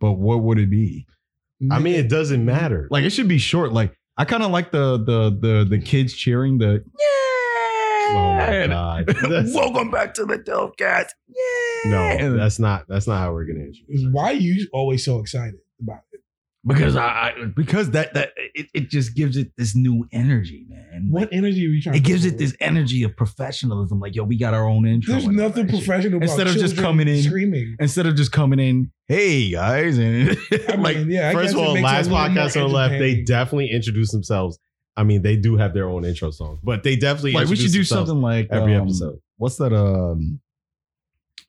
but what would it be? I mean, it doesn't matter. Like it should be short. Like I kind of like the the the the kids cheering the oh my yeah. god, That's- Welcome back to the Delcats. Yeah. no, that's not that's not how we're gonna introduce. her. Why are you always so excited about it? because I, I because that that it, it just gives it this new energy, man. What energy are you trying? it to gives put it this energy of professionalism. Like, yo, we got our own intro. There's and all nothing that shit. professional about Instead of just children coming in- screaming. Instead of just coming in, hey guys, and I mean, like yeah, I guess First of it all, makes it a last little more podcast on the left, they entertaining. definitely introduced themselves. I mean, they do have their own intro songs, but they definitely like we should introduced do themselves. something like every um, episode. What's that? Um,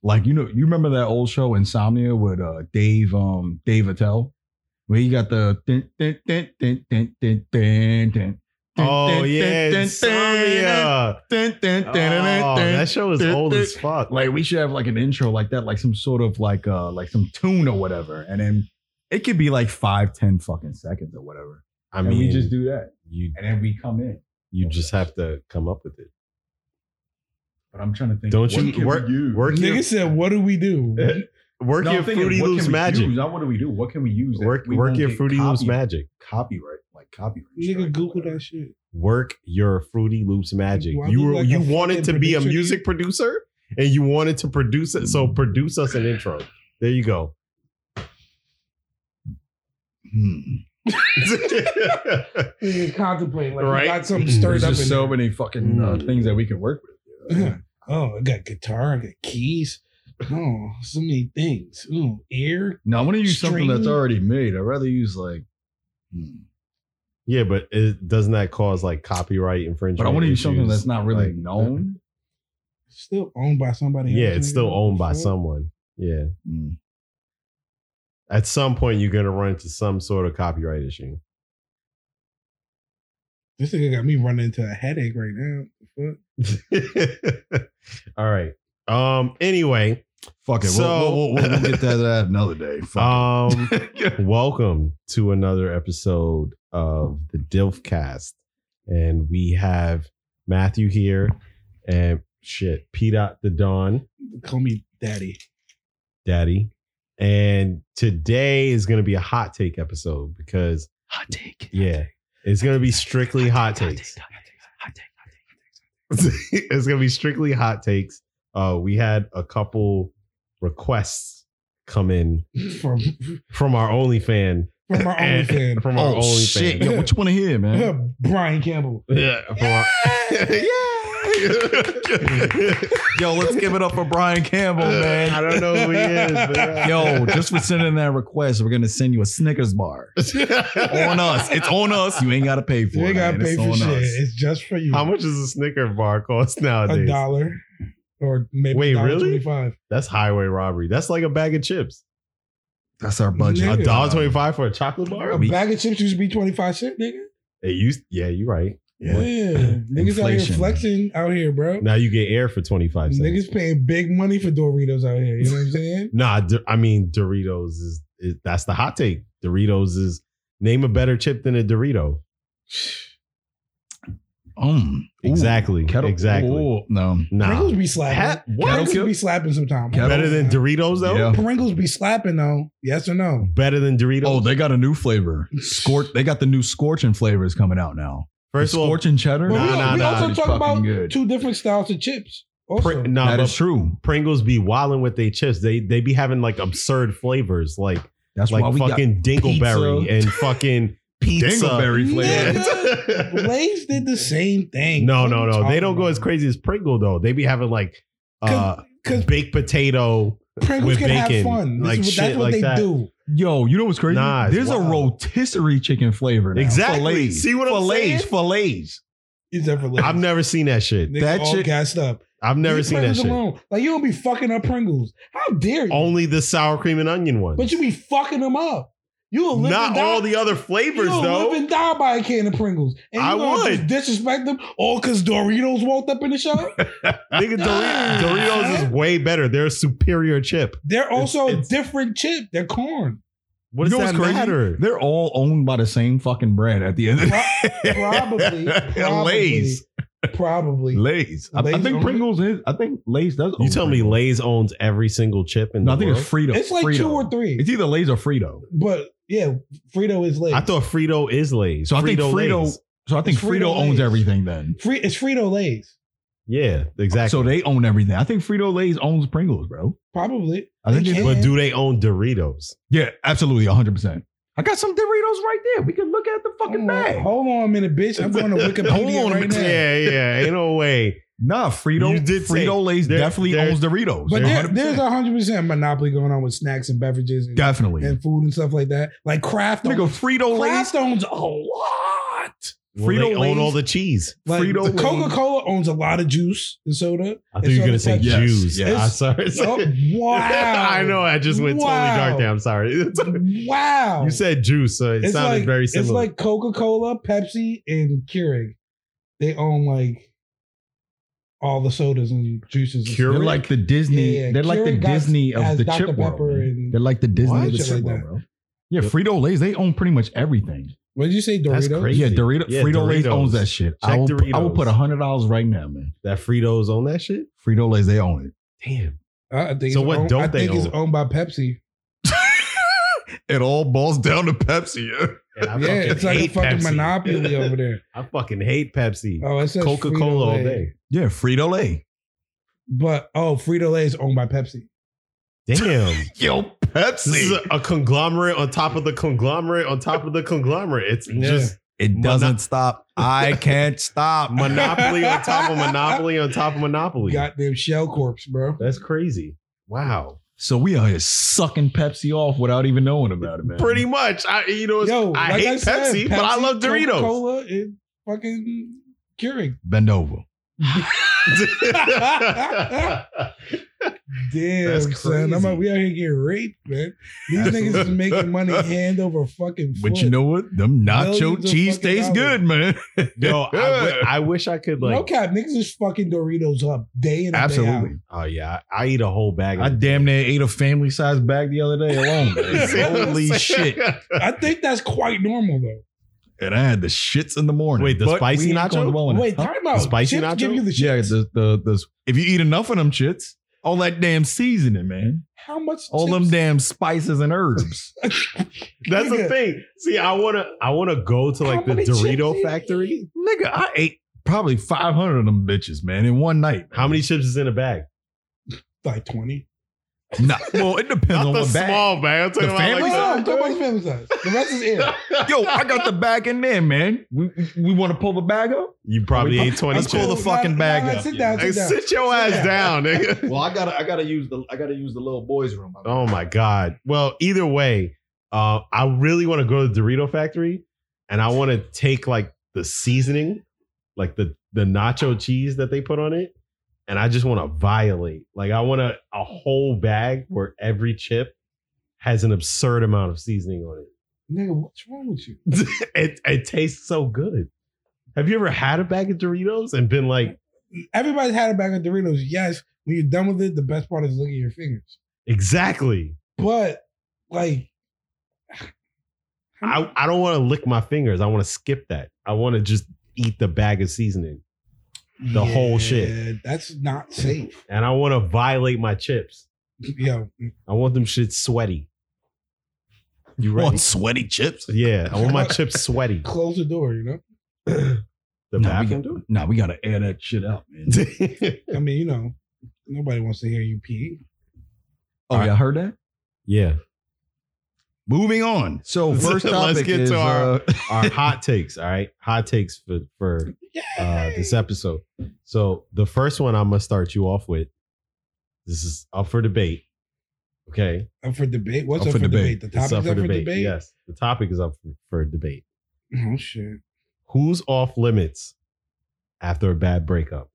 like you know, you remember that old show Insomnia with uh Dave um Dave Attell, where he got the dun, dun, dun, dun, dun, dun, dun, dun. Oh Dun, yeah, dun, dun, dun, Insomnia. dun, dun, Oh, dun, dun, dun. that show is old as fuck. Like we should have like an intro like that, like some sort of like uh like some tune or whatever, and then it could be like five, ten fucking seconds or whatever. I And mean, we just do that, you and then we come in. you just have to come up with it. But I'm trying to think. Don't what you can we work use? work Nigga your, said, "What do we do?" work No, your I'm thinking, fruity what can loose we magic? use? Not what do we do? What can we use? that Work we work won't your get fruity loose copy- magic. Copyright, like copyright. Nigga, strike. Google that shit. Work your fruity loops magic. Do I You look were like you a wanted to fucking be a producer? music producer and you wanted to produce it. So produce us an intro. There you go. Hmm. Nigga, contemplating like Right? you got something stirred There's up in just so there. many fucking uh, Mm. Hmm. things that we can work with. Yeah. Oh, I got guitar. I got keys. Oh, so many things. Ooh, ear. no, I want to use something that's String. already made. I'd rather use like, hmm. yeah, but it, doesn't that cause like copyright infringement? but I want to use something issues? that's not really Like, known. Still owned by somebody. Yeah, else, it's nigga. still owned by Fuck. someone. Yeah. Hmm. At some point you're gonna run into some sort of copyright issue. This nigga got me running into a headache right now. Fuck. All right. Um anyway, Fuck it. So- we'll, we'll, we'll, we'll get to that another day. Fuck um it. welcome to another episode of the Dilfcast. And we have Matthew here and shit, P dot the Dawn, Call me daddy. Daddy. And today is gonna be a hot take episode because Hot take. yeah, it's gonna be strictly hot takes. Hot take. it's gonna be strictly hot takes. Uh, we had a couple requests come in From from our only fan, from our only fan. from our Oh only shit! fan, Yo, what you want to hear, man? Brian Campbell. yeah, from our- Yo, let's give it up for Brian Campbell, Oh, man. I don't know who he is, but yeah. Yo, just for sending that request, we're gonna send you a Snickers bar. on us. It's on us. You ain't gotta pay for You it. ain't gotta man. pay It's for on shit. us. It's just for you. How much does a Snicker bar cost A nowadays? dollar. Or maybe Wait, really? $1.25. That's highway robbery. That's like a bag of chips. That's our budget. A Nigga. dollar twenty-five for a chocolate A bar. We- bag of chips used to be 25 cent, nigga. It used. Yeah, you're right. Yeah. Niggas out Inflation. here flexing out here, bro. Now you get air for twenty-five cents. Niggas paying big money for Doritos out here. You know what I'm saying? Nah, D- I mean Doritos is, is that's the hot take. Doritos is name a better chip than a Dorito. Um, ooh, Exactly, kettle- exactly. ooh, no. Nah, Pringles be slapping. Ha- what? Pringles be slapping sometimes. Kettle- better than Doritos though. Yeah. Pringles be slapping though. Yes or no? Better than Doritos. Oh, they got a new flavor. Scorch. They got the new scorching flavors coming out now. First The of all, scorching cheddar. But we, Nah, al- nah, we nah. also It's talk fucking about good. two different styles of chips. Also, Pr- nah, That but is true. Pringles be wilding with their chips. They they be having like absurd flavors, like That's why like we got fucking dingleberry pizza. and fucking pizza. dingleberry flavor. Yeah. Yeah. Lay's did the same thing. no, What no, are you no. They talking don't go about? as crazy as Pringle though. They be having like uh, 'Cause baked potato. Pringles with can have bacon, fun. This like is what- shit that's what like they that. do. Yo, you know what's crazy? Nah, it's There's a wild. rotisserie chicken flavor. Now. Exactly. Fillets. See what I'm fillets, saying? Fillets. He's there for I've never seen that shit. that that all shit- gassed up. I've never Leave seen that Pringles shit. alone. Like you don't be fucking up Pringles. How dare you? Only the sour cream and onion one. But you be fucking them up. You will live and Not die- all the other you flavors will though. live and die by a can of Pringles. And you I gonna would. just disrespect them all because Doritos walked up in the show. Nigga, Dor- Ah. Doritos is way better. They're a superior chip. They're also it's- a different chip. They're corn. What does you know that what's crazy? matter? They're all owned by the same fucking brand at the end of the Pro- probably, probably. Lays. Probably. Lay's. I, I Lay's think own Pringles is. I think Lay's does. You own tell me Pringles. Lay's owns every single chip in No, I the think world? it's Frito. It's like Frito. two or three. It's either Lay's or Frito. But yeah, Frito is late. I thought Frito is Lay's. So I think Frito Frito- Lay's. So I think It's Frito, Frito-Lay's. owns everything then. Free, it's Frito Lay's. Yeah, exactly. So they own everything. I think Frito Lay's owns Pringles, bro. Probably. I think They it- can. but do they own Doritos? yeah, absolutely, hundred percent. Oh, I got some Doritos right there. We can look at the fucking hold on, bag. Hold on a minute, bitch. I'm going to Wikipedia Hold on a right minute. now. Yeah, yeah. Ain't no way. Nah, You Frito. did say- Frito Lay's there- definitely there- owns Doritos. But there, 100%. there's a hundred percent monopoly going on with snacks and beverages and, definitely. and food and stuff like that. Like Kraft, Nigga, owns, Frito Lay's. Kraft owns a lot. Well, they Frito-Lay's- own all the cheese. Like Frito Lay's. Coca Cola owns a lot of juice and soda. I thought It's you were on gonna the say side. Yes, Jews. yes. I'm sorry. Oh, wow! I know. I just went totally dark there. I'm sorry. Wow! you said juice, so it it's sounded like, very It's similar. like Coca Cola, Pepsi, and Keurig. They own like all the sodas and juices. And They're stuff. like the Disney. Yeah, yeah. They're like the Keurig got- Disney of has the Dr. chip world. Pepper man. and- They're like the Disney What? of the Shit chip like world, that. bro. Yeah, Frito Lay's. They own pretty much everything. what did you say? That's Doritos. crazy. Yeah, Dorito, Yeah, Frito Lay's Doritos. owns that shit. I Check will, I will Doritos. put hundred dollars right now, man. that Fritos own that shit. Frito Lay's, they own Damn. I I think So it's what owned, don't I they think own? it's owned by Pepsi. it. It all boils down to Pepsi. And I yeah, fucking it's like a hate fucking Pepsi. monopoly over there. I fucking hate Pepsi. Oh, it says Coca Cola all Frito-Lay. day. Yeah, Frito Lay. But oh, Frito Lay is owned by Pepsi. Damn. Yo, This is Pepsi. a, a conglomerate on top of the conglomerate on top of the conglomerate. It's Yeah. just It doesn't stop. I can't stop. monopoly on top of monopoly on top of monopoly. Goddamn Shell Corps, bro. That's crazy. Wow. So we are here sucking Pepsi off without even knowing about it, man. Pretty much. I you know it's, Yo, I like hate said, Pepsi, but I love Doritos. Coca-Cola and fucking Keurig. bend over. Damn, That's son. I'm crazy. like, we out here getting raped, man. These niggas is making money hand over fucking foot. But you know what? Them nacho Millions of cheese fucking dollars. tastes good, man. Yo, I, w- I wish I could like no cap, niggas is fucking Doritos up day in and day Absolutely. oh yeah, I, I eat a whole bag I damn near ate a family size bag the other day alone. man. Holy shit. out. I think that's quite normal though. And I had the shits in the morning. Wait, the But spicy we ain't nacho? going well enough. Wait, time out. Spicy Chips nacho? give you the shit. Yeah, the, the the if you eat enough of them shits, all that damn seasoning, man, How much? all them chips- damn spices and herbs. That's the Nigga. thing. See, I wanna I wanna go to like How the many chips Dorito you factory. eat? Nigga, I ate probably five hundred of them bitches, man, in one night. How many chips is in a bag? Like twenty. Nah, well, it depends on what bag. bag. I'm The No, family no, size? I'm talking about family size. The rest is air. Yo, I got the bag in there, man. We we want to pull the bag up. You probably ate 20 Let's pull chips. the fucking bag up. Sit down. Hey, Sit down. sit your ass down, nigga. Well, I gotta I gotta use the I gotta use the little boys room. Oh my God. Well, either way, uh, I really want to go to the Dorito factory and I want to take like the seasoning, like the, the nacho cheese that they put on it. And I just want to violate. Like I want a, a whole bag where every chip has an absurd amount of seasoning on it. Nigga, what's wrong with you? It, it tastes so good. Have you ever had a bag of Doritos and been like, Everybody's had a bag of Doritos. Yes, when you're done with it, the best part is looking at your fingers. exactly, But like, I, I don't want to lick my fingers. I want to skip that. I want to just eat the bag of seasoning The whole shit. That's not safe. and I want to violate my chips. Yo, I want them shit sweaty. You you want ready? sweaty chips? Yeah, I want my chips sweaty. close the door. You know. the Nah, we, bathroom. gotta, nah, we gotta air that shit out, man. I mean, you know, nobody wants to hear you pee. Oh, y'all heard that? yeah, Moving on. So first Let's topic get to is, our- uh, our hot takes. All right, hot takes for for uh, this episode. So the first one I'm gonna start you off with. This is up for debate. Okay, up for debate. What's Up up, for for debate. debate? The topic's it's up, for debate. Yes, the topic is up for, for debate. Oh shit. Who's off limits after a bad breakup?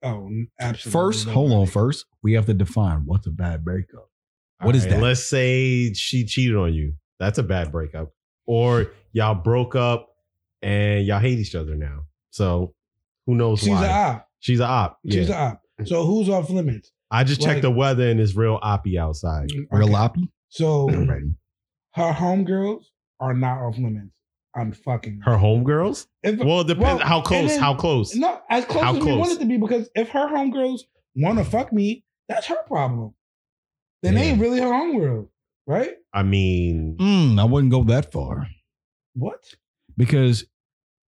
Oh, absolutely. first, hold on. First, we have to define what's a bad breakup. What What is is that? Let's say she cheated on you. That's a bad breakup. Or y'all broke up and y'all hate each other now. So who knows She's why? a op. She's a op. Yeah. She's a op. So who's off limits? I just checked Like- the weather and it's real oppy outside. Okay. Real loppy? So Alrighty. her homegirls are not off limits. I'm fucking. Her homegirls? If, Well, it Well, depends how close. and then- how close? no, as close How as we close? want it to be, because if her homegirls want to fuck me, that's her problem. Then they Yeah. ain't really her homegirl, right? I mean, Mm, I wouldn't go that far What? because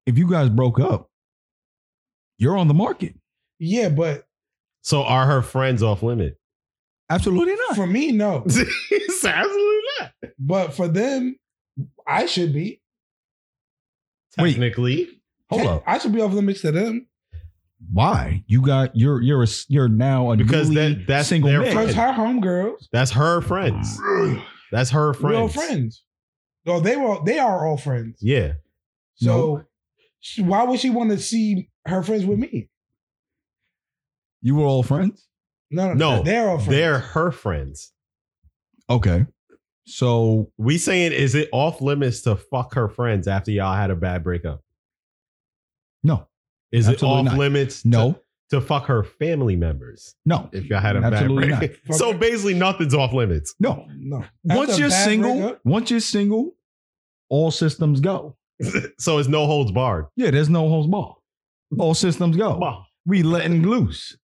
if you guys broke up, you're on the market. Yeah, but so are her friends off limit? Absolutely for me, no. It's Absolutely not. But for them, I should be. Wait. Technically, Hold up. I should be off limits to them Why? You got you're you're a, you're now a Because newly that- that's single their man. because friend. her homegirls, that's her friends. That's her friends. real friends. No, they were. They are all friends. Yeah. So she- why would she want to see her friends with me? You were all friends. No, no, No, They're all friends. They're her friends. Okay. So We saying is it off limits to fuck her friends after y'all had a bad breakup? no, Is Absolutely it off not. limits? to- no, To, fuck her family members no, if y'all had a Absolutely bad breakup. not. So basically, nothing's off limits. no. no. Once After a you're bad single, breakup, once you're single, all systems go. So it's no holds barred. Yeah, there's no holds bar. All systems go. Bah. We letting loose.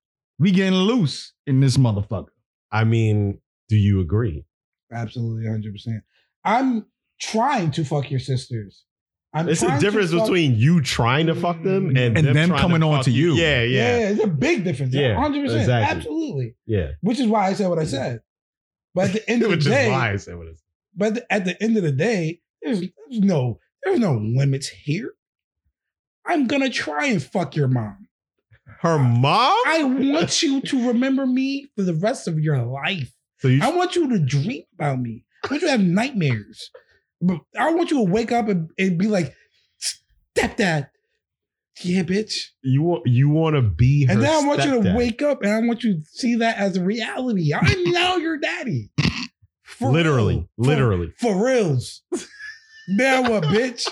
We getting loose in this motherfucker. I mean, do you agree? absolutely, hundred percent. I'm trying to fuck your sisters. I'm It's trying the to difference fuck- between you trying to fuck them and, And them trying coming on fuck to you. Yeah, Yeah. yeah, it's a big difference. Yeah, Yeah, hundred percent, exactly. absolutely. yeah. Which is why I said what I said. But at the end of the Which is day, why I said what it is. But th- at the end of the day, there's, there's no there's no limits here. I'm gonna try and fuck your mom. Her mom. I want you to remember me for the rest of your life. so you I want you to dream about me. I want you to have nightmares. But I want you to wake up and, and be like, stepdad. Yeah, bitch. you want you want to be her And then I want you to stepdad. wake up and I want you to see that as a reality. I'm now your daddy. For literally, real. For literally. for reals. now what, bitch?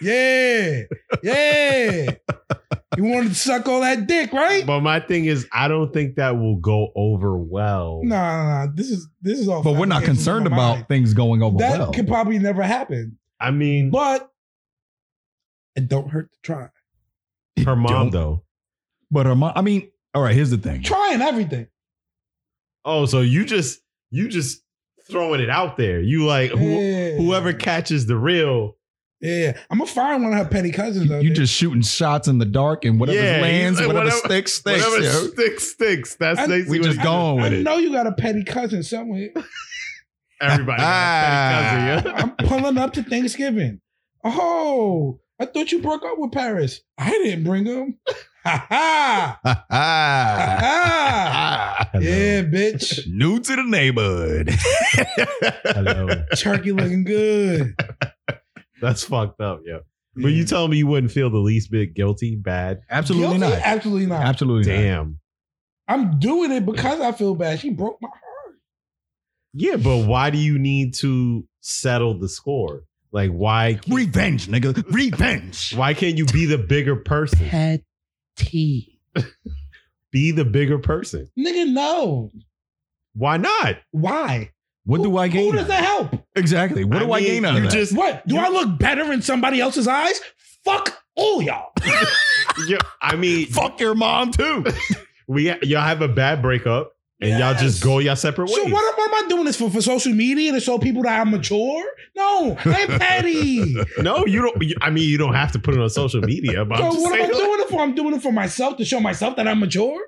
Yeah, yeah. You wanted to suck all that dick, right? But my thing is, I don't think that will go over well. No, no, no. This is this is all. But we're not fabrications concerned in my about mind. things going over that. well. Could probably never happen, I mean, but it don't hurt to try. her mom don't. though. But her mom, I mean, all right, here's the thing. Trying everything. Oh, so you just you just throwing it out there. You like who, Yeah. whoever catches the real. Yeah, I'm gonna find one of her petty cousins. You, out you there. just shooting shots in the dark and whatever Yeah, lands, you- whatever, whatever- sticks, sticks. Whatever yo. sticks sticks. That's I- basically We what just it- going I with it. know you got a petty cousin somewhere. Everybody got a petty cousin, I'm pulling up to Thanksgiving. Oh, I thought you broke up with Paris. I didn't bring him. Ha ha. Ha ha. Yeah, bitch. Ah, New to the neighborhood. yeah. Hello. Turkey looking good. That's fucked up, yeah. But you tell me you wouldn't feel the least bit guilty, bad. Absolutely Guilty? not. Absolutely not. Absolutely not. Damn. I'm doing it because I feel bad. She broke my heart. Yeah, but why do you need to settle the score? Like why can't- Revenge, nigga. Revenge. why can't you be the bigger person? Petty. Be the bigger person. Nigga, no. Why not? Why? What do I Who gain? out does of that that? help? Exactly. What do I mean, gain out you of that? Just, What? Do I look better in somebody else's eyes? Fuck all y'all. you- I mean, Fuck your mom too. we y'all have a bad breakup and y'all just Yes. go y'all separate ways. So what am, what am I doing this for? For social media to show people that I'm mature? No, I ain't petty. no, you don't. you- I mean, you don't have to put it on social media, but so I'm just what am I saying, doing it for? I'm doing it for myself to show myself that I'm mature.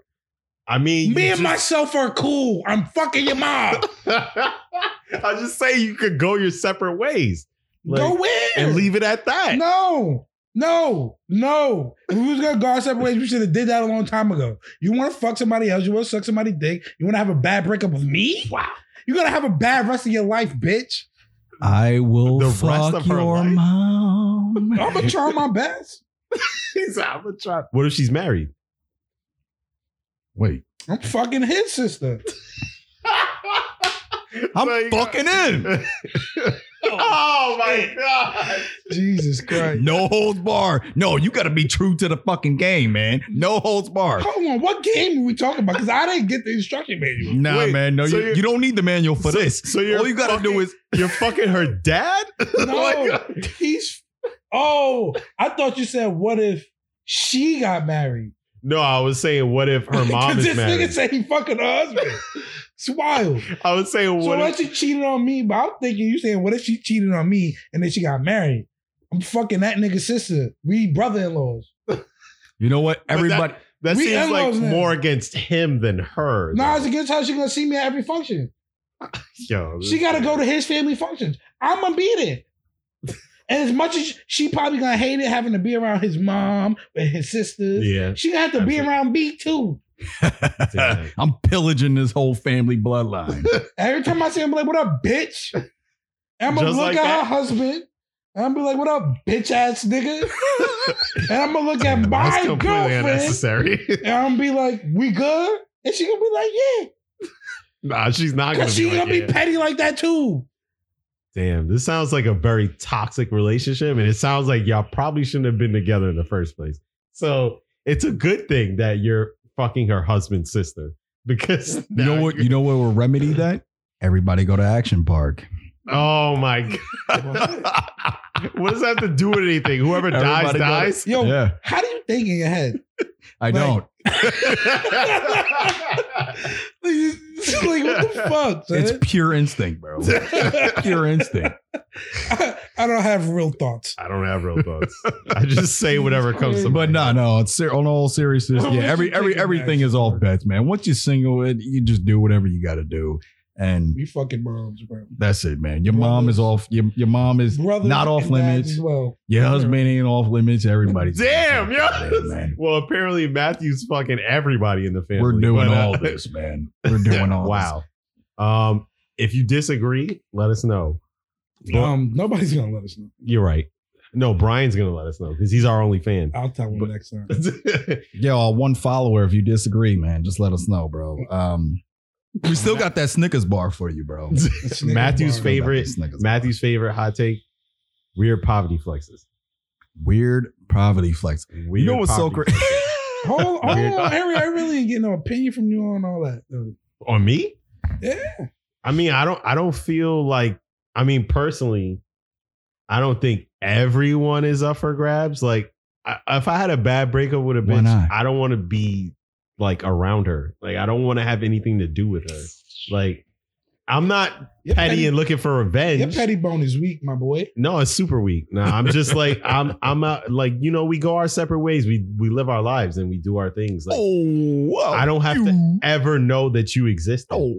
I mean, Me you and just- myself are cool. I'm fucking your mom. I just say you could go your separate ways Like, Go where? and leave it at that. No, no, no. If we was gonna go our separate ways, we should have did that a long time ago. You want to fuck somebody else? You want to suck somebody dick? You want to have a bad breakup with me? Wow. You're gonna have a bad rest of your life, bitch. I will The rest fuck of her your life? mom. I'm gonna try my best. He's like, I'm gonna try. What if she's married? Wait, I'm fucking his sister. I'm Like- fucking in. oh my god! Jesus Christ. No holds bar. No, you got to be true to the fucking game, man. No holds bar. Hold on, what game are we talking about? Because I didn't get the instruction manual. Nah, Wait, man. No, so you, you're- you don't need the manual for So- this. so you're all you got to do fucking- is Oh You're fucking her dad? No, he's Oh, I thought you said what if she got married? No, I was saying, what if her mom is this nigga married? said he fucking her husband. It's wild. I was saying, so what what if? if she cheated on me? But I'm thinking you saying what if she cheated on me and then she got married? I'm fucking that nigga's sister. We brother-in-laws. You know what? that- Everybody, That We seems like in-laws now. more against him than her. Nah, it's though. against how she gonna see me at every function. Yo, She gotta go to his family functions. I'm gonna be there. And as much as she probably gonna hate it having to be around his mom and his sisters, Yeah, she gonna have to be Absolutely. around B too. damn. I'm pillaging this whole family bloodline. Every time I see him, I'm like, what up, bitch? I'm gonna Just look like at that? her husband. And I'm be like, what up, bitch ass nigga? and I'm gonna look at Damn, that's my completely girlfriend. unnecessary. And I'm gonna be like, we good? And she gonna be like, yeah. nah, she's not gonna Cause she be. Like, gonna be yeah. petty like that too. Damn, this sounds like a very toxic relationship, and it sounds like y'all probably shouldn't have been together in the first place. So it's a good thing that you're fucking her husband's sister because You know what? You know what will remedy that? Everybody go to Action Park. Oh my god! what does that have to do with anything? Whoever dies Everybody got dies. Yo, yeah, how do you think in your head? I like- don't. It's like, what the fuck? It's son? pure instinct, bro. pure instinct. I don't have real thoughts. I don't have real thoughts. I just say whatever comes to But mind. no, no, it's ser- on all seriousness. What Yeah, would every you every think of everything Action is off Park? bets, man. Once you're single, it, you just do whatever you got to do, and We fucking moms, bro. that's it, man. Your mom is off. Your your mom is Brothers not off and dads limits. as well. Your husband ain't off limits. Everybody's Damn, yo. Yeah, man. Well, apparently Matthew's fucking everybody in the family. We're doing but, uh, all this, man. We're doing all this. wow. Um, if you disagree, let us know. Um, nobody's gonna let us know. You're right. No, Brian's gonna let us know because he's our only fan. Uh, I'll tell them But- next time. Yo, our one follower, if you disagree, man, just let us know, bro. Um, we still got that Snickers bar for you, bro. It's nigga Matthew's bar. favorite- favorite. Matthew's favorite hot take: weird poverty flexes. Weird poverty flex. Weird you know what's so poverty crazy? Hold, hold on, Oh, Weird. Harry. I really ain't getting no opinion from you on all that. Though. flex. on me? Yeah. I mean, I don't. I don't feel like. I mean, personally, I don't think everyone is up for grabs. Like, I, if I had a bad breakup with a Why bitch, not? I don't want to be like around her. Like, I don't want to have anything to do with her. Like, I'm not Your petty and looking for your revenge. petty bone is weak, my boy. No, it's super weak. No, I'm just like I'm. I'm out, like you know, we go our separate ways. We we live our lives and we do our things. Like oh, whoa, I don't have to- you- ever know that you exist Oh,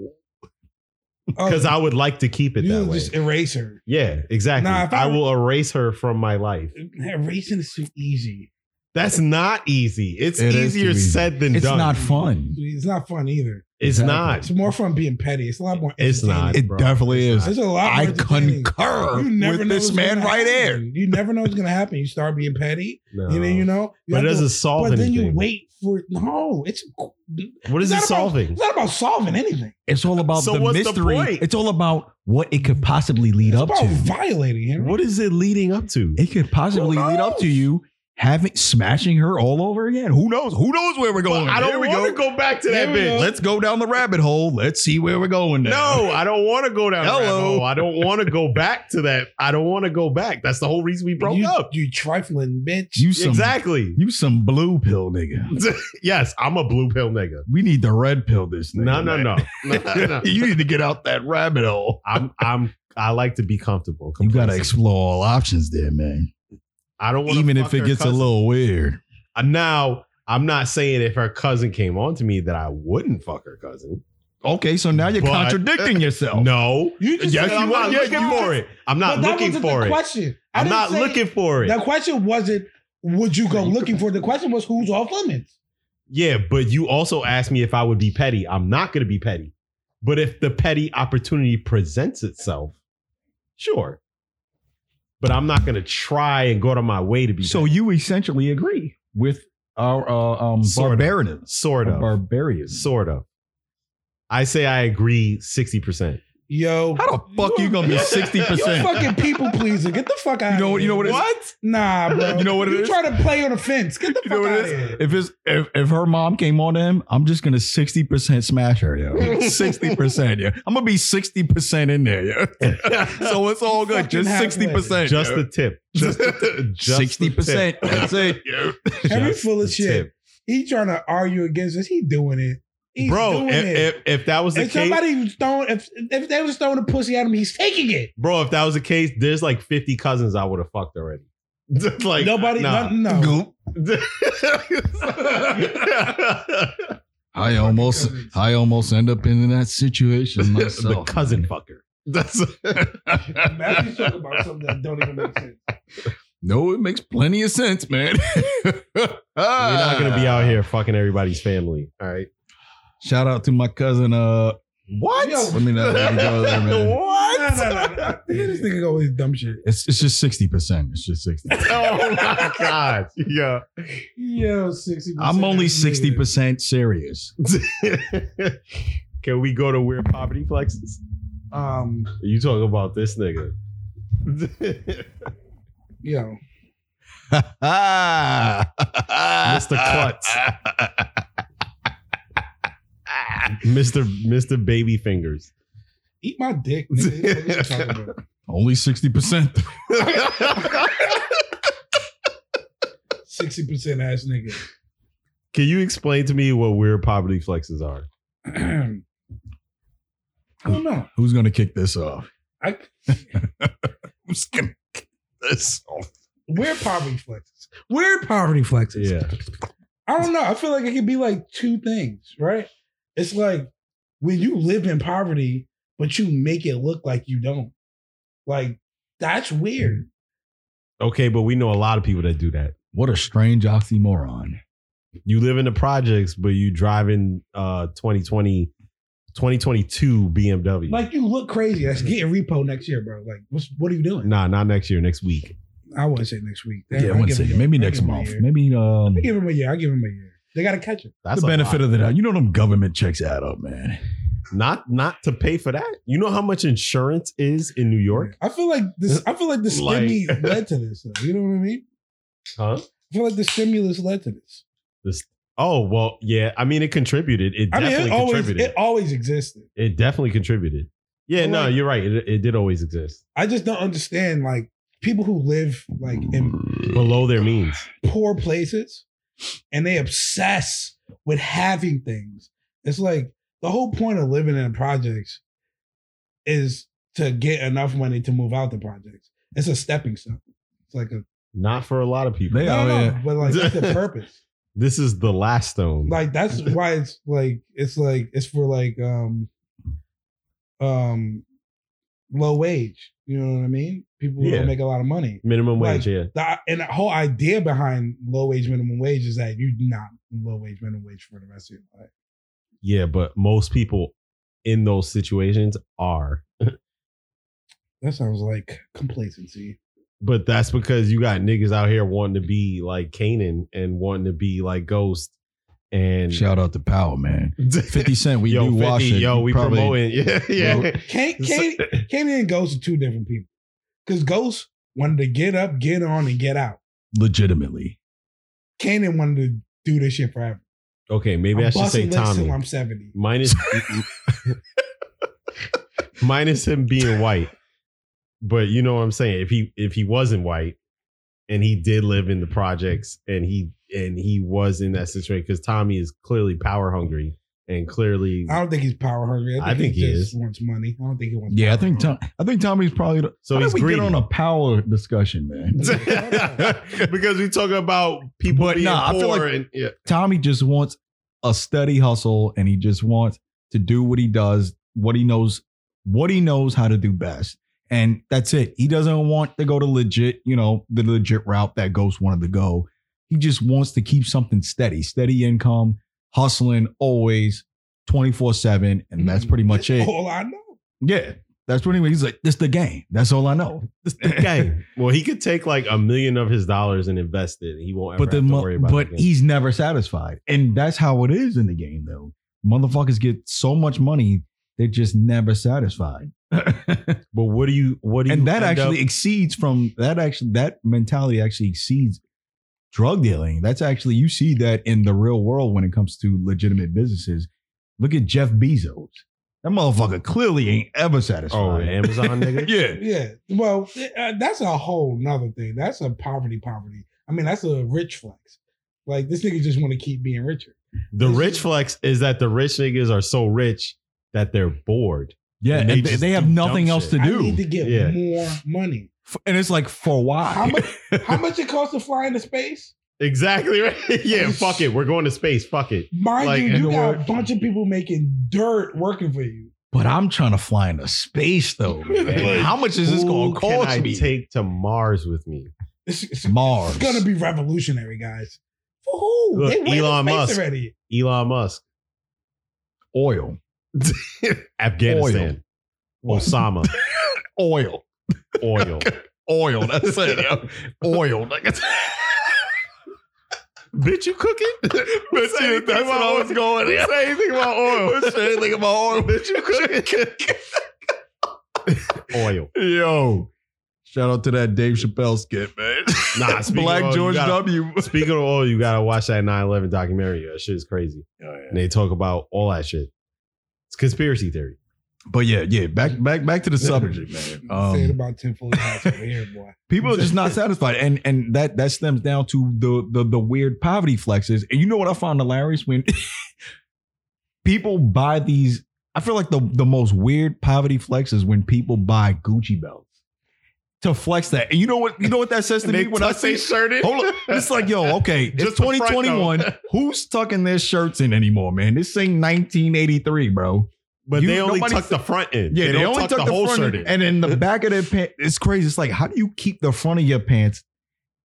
because I would like to keep it oh. you that gonna way. just erase her. Yeah, exactly. Nah, if I- I, will erase her from my life. Erasing is too easy. That's not easy. It's It is easier too easy. said than It's done. not fun. It's not fun either. It's Exactly. not. It's more fun being petty. It's a lot more. It's not. It bro. definitely It's is. not. There's a lot. I more entertaining. concur You never with know this what's man gonna right happen. there. You never know what's gonna happen. You start being petty, No. and then you know. You but it have to- doesn't solve but anything. then you wait for no. It's it's What is It's it not about- solving? not about solving anything. It's all about So the what's the mystery. point? it's all about what it could possibly lead It's up about to. violating him. What is it leading up to? It could possibly Who lead up knows? to you having smashing her all over again. Who knows? Who knows where we're going? Well, I There don't we want to go. go back to There that we go. bitch. Let's go down the rabbit hole. Let's see where we're going. Now. No, I don't want to go down. that Hello. rabbit hole. I don't want to go back to that. I don't want to go back. That's the whole reason we broke you, up. You trifling bitch. you some exactly. you some blue pill nigga. yes, I'm a blue pill nigga. We need to red pill this nigga. No, no, man. no, no, no. you need to get out that rabbit hole. I'm, I'm, I like to be comfortable. You gotta Complacent. explore all options there, man. I don't want Even if it gets a little weird. Uh, Now, I'm not saying if her cousin came on to me that I wouldn't fuck her cousin. Okay, so now you're But- contradicting yourself. No. You just Yes, said I'm I'm not not looking looking- for it. I'm not But that looking wasn't for the it. question. I I'm didn't not say- looking for it. The question wasn't would you go looking for it? The question was who's off limits. Yeah, but you also asked me if I would be petty. I'm not going to be petty. But if the petty opportunity presents itself, sure. But I'm not going to try and go to my way to be So you essentially agree with our uh, um Sort of. barbarians. sort of. Barbarians. Sort of. I say I agree 60%. Yo, How the fuck you gonna be sixty you a percent? fucking people pleaser. Get the fuck out. You know of here. what? You know what? It is? What? Nah, bro. You know what it You is? try to play on the fence. Get the You know fuck what out it of is? here. If it's if, if her mom came on to him, I'm just gonna sixty percent smash her. Yeah, sixty percent. Yeah, I'm gonna be sixty percent in there. Yeah, so it's all good. Fucking Just halfway. sixty percent. Just the tip. Just the tip. sixty percent. That's it. Yeah. Henry Just full of the shit. tip. He trying to argue against us. He doing it. He's bro. doing If, it. if if that was the if case, somebody was throwing, if if they was throwing a pussy at him, he's taking it. bro, if that was the case, there's like 50 cousins I would have fucked already. like Nobody, nah. none- no, Goop. I almost, cousins. I almost end up in that situation the myself. cousin fucker. That's Matthew's talking about something that don't even make sense. No, it makes plenty of sense, man. We're We're not gonna be out here fucking everybody's family. All right. Shout out to my cousin. Uh, what? Yo. Let me not let me go there, man. No, no, no, no. This nigga go with his dumb shit. It's it's just sixty percent. It's just sixty. Oh my god. Yeah. Yo, sixty. I'm only sixty percent serious. Can we go to weird poverty flexes? Um, You talk about this nigga. yo, Mr. Klutz. Mr. Mr. Baby Fingers. eat my dick. nigga. What are you talking about? Only sixty percent. Sixty percent ass Can you explain to me what weird poverty flexes are? nigga. I don't know. Who's gonna kick this off? I Who's gonna kick this off? we're poverty flexes. We're poverty flexes. I don't know. I feel like it could be like two things, right? It's like when you live in poverty, but you make it look like you don't. Like that's weird. Okay, but we know a lot of people that do that. What a strange oxymoron. You live in the projects, but you drive in uh 2020, 2022 Mm-hmm. BMW. Like you look crazy. That's getting repo next year, bro. Like what's what are you doing? nah, not next year, next week. I wouldn't say next week. Damn, yeah, I'd one give him second. a- Maybe I'd next give him a month. year. Maybe um I give him a year. I give him a year. They gotta catch him. That's the a benefit lot. of the doubt. You know them government checks add up, man. not not to pay for that. You know how much insurance is in New York? I feel like this. I feel like the Like- stimmy led to this. Though. You know what I mean? Huh? I feel like the stimulus led to this. Oh well, yeah. I mean, it contributed. It I mean, definitely it always contributed. it It, always existed. definitely contributed. Yeah, But no, like- you're right. It, it did always exist I just don't understand like people who live like in Mm. below their means. poor places and they obsess with having things. It's like the whole point of living in projects is to get enough money to move out the projects. It's a stepping stone. It's like a Not for a lot of people. They no, are, no, yeah. but like that's the purpose. This is the last stone. Like that's why it's like it's like it's for like um um low wage. You know what I mean? People who Yeah. don't make a lot of money. minimum like- wage. Yeah, the and the whole idea behind low wage minimum wage is that you not low wage minimum wage for the rest of your life. yeah. But most people in those situations are. That sounds like complacency. But that's because you got niggas out here wanting to be like Kanan and wanting to be like Ghost and Shout out to Power, man. Fifty Cent, we yo, do 50, wash it. yo, You we probably- promoting. Yeah, yeah. Kane, Kane, Kane and Ghost are two different people because Ghost wanted to get up, get on, and get out. legitimately. Kanan wanted to do this shit forever. Okay, maybe i I'm should say busting lips till Tommy. I'm seventy. Minus minus him being white. But you know what I'm saying? If he if he wasn't white and he did live in the projects and he and he was in that situation because Tommy is clearly power hungry and clearly I don't think he's power hungry. I think, I think he, he just is. wants money. I don't think he wants. Yeah, I power think hungry. Tom, I think Tommy's probably. The, so how he's did we greedy. get on a power discussion, man? because we talk about people But being nah, I poor feel like- and yeah. Tommy just wants a steady hustle and he just wants to do what he does, what he knows, what he knows how to do best. And that's it. He doesn't want to go to legit, you know, the legit route that Ghost wanted to go. He just wants to keep something steady, steady income, hustling always 24 7. And that's pretty much That's it. All Oh, I know. Yeah. That's what he He's like, this the game. That's all I know. This the Okay. well, he could take like a million of his dollars and invest it. He won't ever but the have to mo- worry about but it. again. he's never satisfied, and that's how it is in the game, though. Motherfuckers get so much money, they're just never satisfied. But what do you? What do you? and that end actually up- exceeds from that actually that mentality actually exceeds drug dealing that's actually you see that in the real world when it comes to legitimate businesses look at jeff bezos that motherfucker clearly ain't ever oh, satisfied Amazon nigga. yeah Yeah. Well, uh, that's a whole nother thing. That's a poverty, poverty. I mean, that's a rich flex. Like this nigga just want to keep being richer. The rich flex is that the rich niggas are so rich that they're bored. yeah And and, they they, just they do have dumb nothing shit. else to I do need to get Yeah. more money. F- and it's like for why How much? how much it costs to fly into space? Exactly right. yeah, fuck it. We're going to space. Fuck it. Mind Like, you, in you the got a world- bunch of people making dirt working for you. but i'm trying to fly into space though man. how much is this going Who to can I cost me take to Mars with me? It's, it's, mars it's gonna be revolutionary, guys. For who? Look, they went to Elon space Musk. already. Elon Musk, oil Afghanistan, Oil. Osama, oil oil, oil that's it yo. oil nigga. Bitch, you cooking? Bitch, anything about oil. going. Yeah. Say anything about oil? Say anything about oil? Bitch, you cooking? oil. Yo, shout out to that Dave Chappelle skit, man. Nah, speaking Black of oil, you George gotta- W. Speaking of oil, you gotta watch that 9-11 documentary. That shit is crazy. And they talk about all that shit. It's conspiracy theory. But yeah, yeah, back back back to the subject, man. Say it Um, about tenfold hats over here, boy. people are just not satisfied, and and that that stems down to the the the weird poverty flexes. And you know what I found hilarious when people buy these. I feel like the the most weird poverty flex is when people buy Gucci belts to flex that. And you know what? You know what that says to me when I say shirted. Hold on. It's like, yo, okay, Just it's the front, 2021. though. Who's tucking their shirts in anymore, man? This thing 1983, bro. But You- they only nobody- tuck the front in. Yeah, they, don't only tuck tuck the, whole front shirt in, in. and then the back of their pants. It's crazy. It's like, how do you keep the front of your pants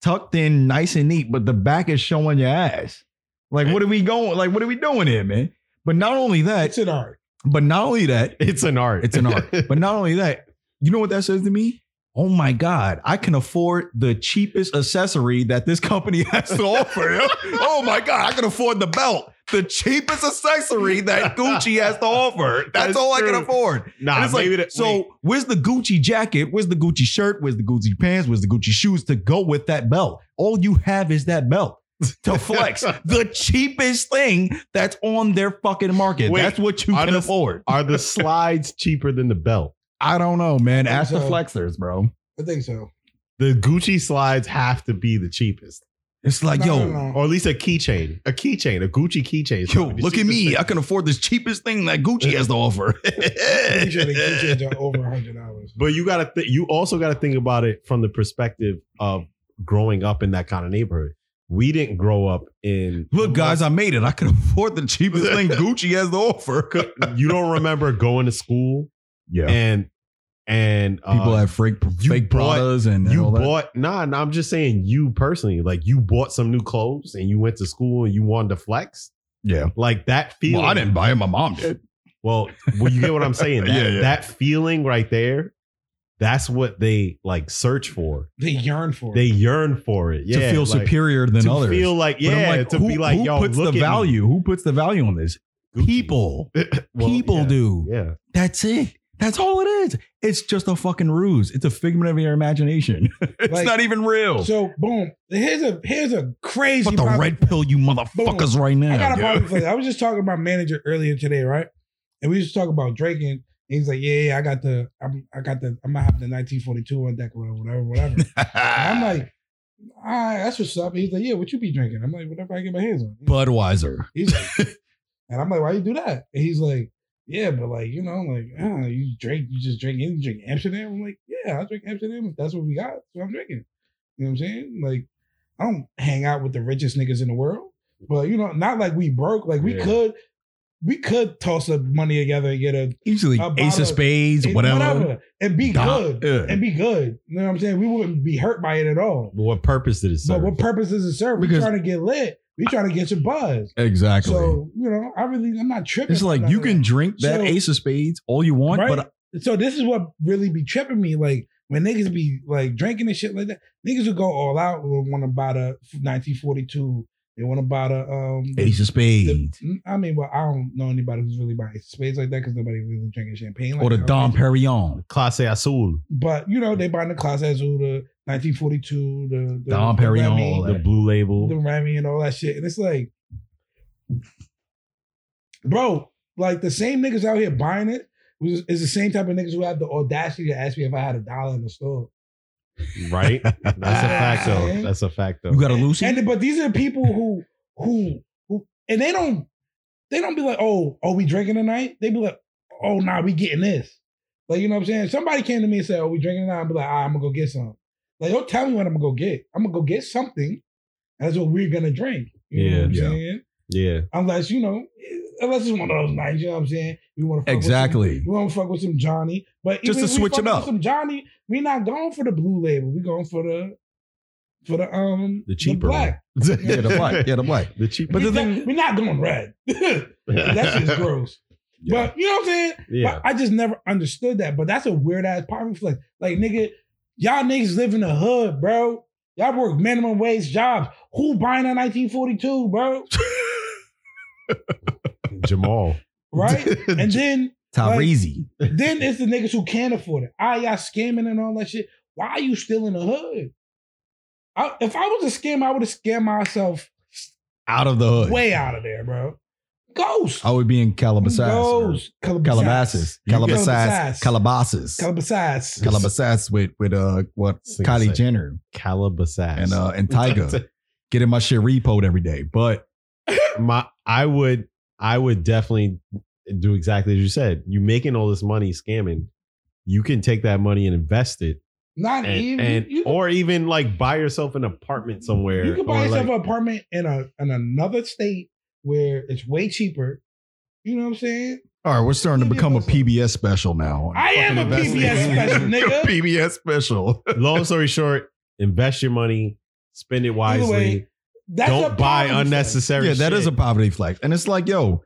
tucked in nice and neat, but the back is showing your ass? Like, what are we going? Like, what are we doing here, man? But not only that, It's an art. but not only that, It's an art. it's an art. but not only that, you know what that says to me? Oh my God, I can afford the cheapest accessory that this company has to offer. yo. oh my God, I can afford the belt, the cheapest accessory that Gucci has to offer. That's, That's all I true. can afford. And nah, it's like, maybe that, so wait, where's the Gucci jacket? Where's the Gucci shirt? Where's the Gucci pants? Where's the Gucci shoes to go with that belt? All you have is that belt to flex. the cheapest thing that's on their fucking market. Wait, that's what you are can the- afford. are the slides cheaper than the belt? I don't know, man. Ask the So- flexers, bro. I think so. The Gucci slides have to be the cheapest, It's like, No, yo, no, no. or at least a keychain, a keychain, a Gucci keychain. is yo, probably the look at cheapest me. thing. I can afford this cheapest thing that Gucci has to offer. Pretty sure the keychains are over hundred dollars. But you gotta, th- you also gotta think about it from the perspective of growing up in that kind of neighborhood. We didn't grow up in. Look, guys, I made it. I can afford the cheapest thing Gucci has to offer. you don't remember going to school Yeah. and and uh, People have fake, you fake bought- Pradas and you all that. bought nah, nah i'm just saying you personally like you bought some new clothes and you went to school and you wanted to flex yeah. like that feeling Well, I didn't buy it. My mom did. well, well, you get what i'm saying that, Yeah, yeah. that feeling right there that's what they like search for They yearn for they it. yearn for it yeah to feel like, superior than to others. feel like But I'm yeah to who, be like who yo puts look the at me. value? Who puts the value on this? Gucci. People. Well, People yeah, do. yeah That's it. That's all it is. It's just a fucking ruse. It's a figment of your imagination. it's Like- not even real. So boom. Here's a here's a crazy. But the pop- red pill, you motherfuckers, right now. I got a yo. problem for that. I was just talking to my manager earlier today, right? And we just talking about Drake, and he's like, "Yeah, yeah, I got the, I'm, I got the, I'm gonna have the 1942 on deck, or whatever, whatever, whatever." and I'm like, "All right, that's what's up." He's like, "Yeah, what you be drinking?" I'm like, "Whatever I get my hands on." Budweiser. He's like, and I'm like, "Why you do that?" And he's like, "Yeah, but like, you know, like, ah, you drink, you just drink, you drink Amsterdam." I'm like, "Yeah, I drink Amsterdam. If that's what we got, so I'm drinking." You know what I'm saying? Like, I don't hang out with the richest niggas in the world, but you know, not like we broke. Like we Yeah. could, we could toss up money together and get a Usually A Ace bottle- of Spades, whatever. and be Dom- good yeah. and be good. You know what I'm saying? We wouldn't be hurt by it at all. Well, what purpose did it But serve what purpose does it serve? We Because- trying to get lit. We trying to get your buzz. Exactly. So you know, I really, I'm not tripping. it's like about you it. can drink that So- Ace of Spades all you want, Right? but So this is what really be tripping me, like when niggas be like drinking and shit like that. Niggas will go all out and want to buy the 1942 They want to buy the um. the- Ace of Spades. the- mm, I mean, well, I don't know anybody who's really buying spades like that because nobody really drinking champagne like Or the that. Dom Perignon. Classe Azul, But you know, they buying the Class Azul, the 1942, the, the Dom the Perignon, Remy, all the blue label. the Remy and all that shit. And it's like, bro, like the same niggas out here buying it was, is the same type of niggas who have the audacity to ask me if I had a dollar in the store. right? That's a fact, though. Okay. That's a fact, though. You got a Lucy? And but these are the people who who who and they don't they don't be like, oh, oh, we drinking tonight? They be like, oh nah, we getting this. Like, you know what I'm saying? Somebody came to me and said, Oh, we drinking tonight, I'd be like, ah, I'm gonna go get some. Like, don't tell me what I'm gonna go get. I'm gonna go get something. and That's what we're gonna drink. You know Yeah, what I'm yeah. saying? yeah, Unless, you know, unless it's one of those nights, you know what I'm saying? You wanna fuck with some- Exactly. we don't fuck with some Johnny, but Just even to if we switch fuck it with up. Some Johnny, we not going for the blue label. We going for the for the um the cheaper black. one. Yeah, the black. Yeah, the black. the cheaper. But we the not, thing- we not going red. that shit's gross. Yeah. But you know what I'm saying? yeah, But I just never understood that. But that's a weird ass poverty flex. Like nigga, y'all niggas live in the hood, bro. Y'all work minimum wage jobs. Who buying a 1942, bro? Jamal. Right? and then Tyrese. Then it's the niggas who can't afford it. Ah, y'all scamming and all that shit. Why are you still in the hood? I, if I was a scammer, I would have scammed myself out of the hood. way out of there, bro. Ghost. I would be in Calabasas. Ghost. Calabasas. Calabasas. Calabasas. Calabasas. Calabasas. Calabasas. Calabasas with with uh what Six, Kylie six. Jenner Calabasas and uh and Tyga getting my shit repoed every day. But my I would I would definitely do exactly as you said. You making all this money scamming, you can take that money and invest it, Not and, even. and you, can, or even like buy yourself an apartment somewhere. you can buy or, yourself like, an apartment in a in another state where it's way cheaper. You know what I'm saying? all right, we're starting to Maybe become a also- PBS special now. I am a PBS Fucking investing. special, nigga. PBS special. long story short, invest your money, spend it wisely. way, That's Don't a buy poverty flex. unnecessary. yeah, that is a poverty flex, and it's like yo.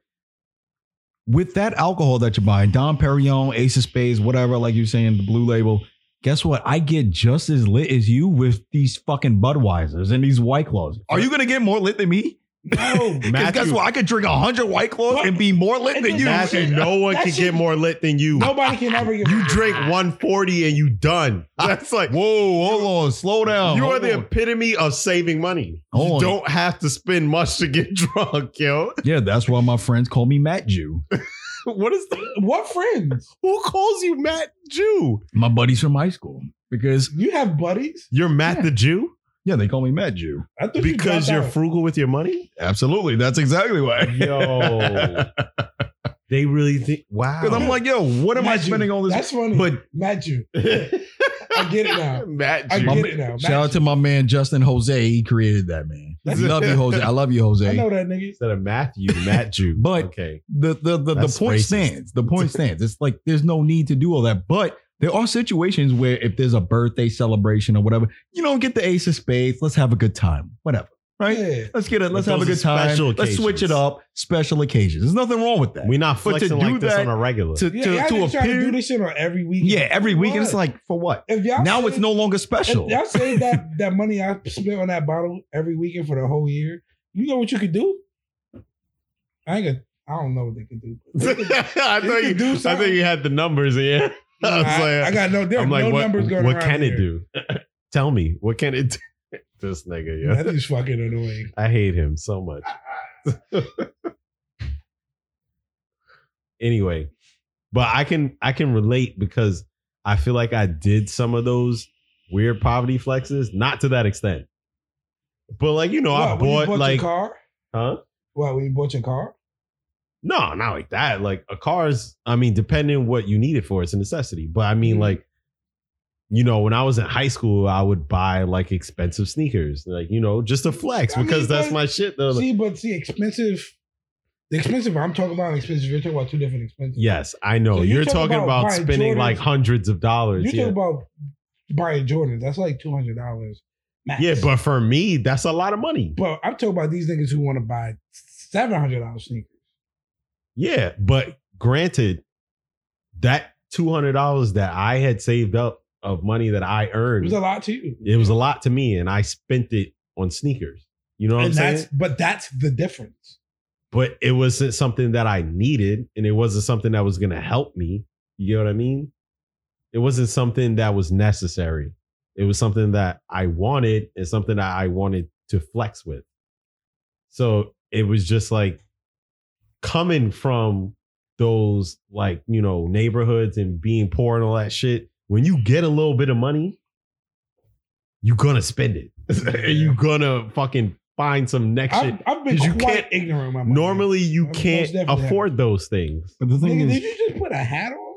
With that alcohol that you're buying, Don Perignon, Ace of Spades, whatever, like you're saying, the blue label. Guess what? I get just as lit as you with these fucking Budweisers and these White Claws. Are you gonna get more lit than me? No. Because guess Matthew- what? I could drink hundred White Claws What? and be more lit It than doesn't you. matter. Matthew, no one That can shit- get more lit than you. Nobody can ever get You drink 140 and you done. That's like Whoa, hold on, slow down. you are hold the on. epitome of saving money. Hold you on. don't have to spend much to get drunk, yo. yeah. That's why my friends call me Matt Jew. What is that? What friends? Who calls you Matt Jew? My buddies from high school because You have buddies? You're Matt the Jew yeah, they call me Matt Jew. I thought because you you're dropped out. frugal with your money. Absolutely, that's exactly why. Yo, they really think. Wow, Because I'm like, yo, what am I Matt Jew. spending all this? That's funny. But Matt you. I get it now. Matt I Jew. get it now. Matt shout out to my man Justin Jose. He created that man. I That's- love you, Jose. I love I you, Jose. know that nigga. Instead of Matthew, Matt Jew. But- okay, The the the, the That's point racist. stands. The point stands. It's like there's no need to do all that, but. There are situations where if there's a birthday celebration or whatever, you don't get the ace of spades. Let's have a good time. Whatever. Right? Yeah. Let's get it. Let's have a those good are time. special Let's switch occasions. it up. Special occasions. There's nothing wrong with that. we're not But to flexing do like this that- on a regular. to Yeah, to, y'all to just trying to do appear. this shit on every weekend. yeah, every For week. And it's what? like, for what? if y'all now save- it's no longer special. If y'all save that that money I spent on that bottle every weekend for the whole year. You know what you could do? I ain't gonna. I don't know what they could do. They could- I you thought could do you, I thought something. you had the numbers. Yeah, I was I, like, I got no. There are I'm like, no what, numbers going what around can it here. do? Tell me, what can it do? this nigga, yo. Matthew's fucking annoying. I hate him so much. anyway, but I can I can relate because I feel like I did some of those weird poverty flexes, not to that extent. But like, you know, I What, when you bought, like your car. huh? What when you bought your car? No, not like that. Like a car's, I mean, depending what you need it for, it's a necessity. But I mean, Mhm. like, you know, when I was in high school, I would buy like expensive sneakers, like you know, just a flex I mean, because that's but- my shit. Though. See, but see, expensive. The expensive I'm talking about, expensive. You're talking about two different expenses. Yes, I know. So you you're talk talking about about, buying spending Jordans. like hundreds of dollars. You yeah. talk about buying Jordans. That's like two hundred dollars. max. yeah, but for me, that's a lot of money. but I'm talking about these niggas who want to buy seven hundred dollars sneakers. Yeah, but granted, that two hundred dollars that I had saved up of money that I It earned, was a lot to you. it was a lot to me, and I spent it on sneakers. You know what and I'm that's saying? but that's the difference. But it wasn't something that I needed, and it wasn't something that was gonna help me. You know what I mean? It wasn't something that was necessary. It was something that I wanted and something that I wanted to flex with. So it was just like coming from those like, you know, neighborhoods and being poor and all that shit. When you get a little bit of money, you're gonna spend it. you're gonna fucking find some next shit. I've, I've been 'Cause you quite can't- ignorant. With my money. Normally, you Most can't definitely afford those things. But the thing Nigga, is, did you just put a hat on?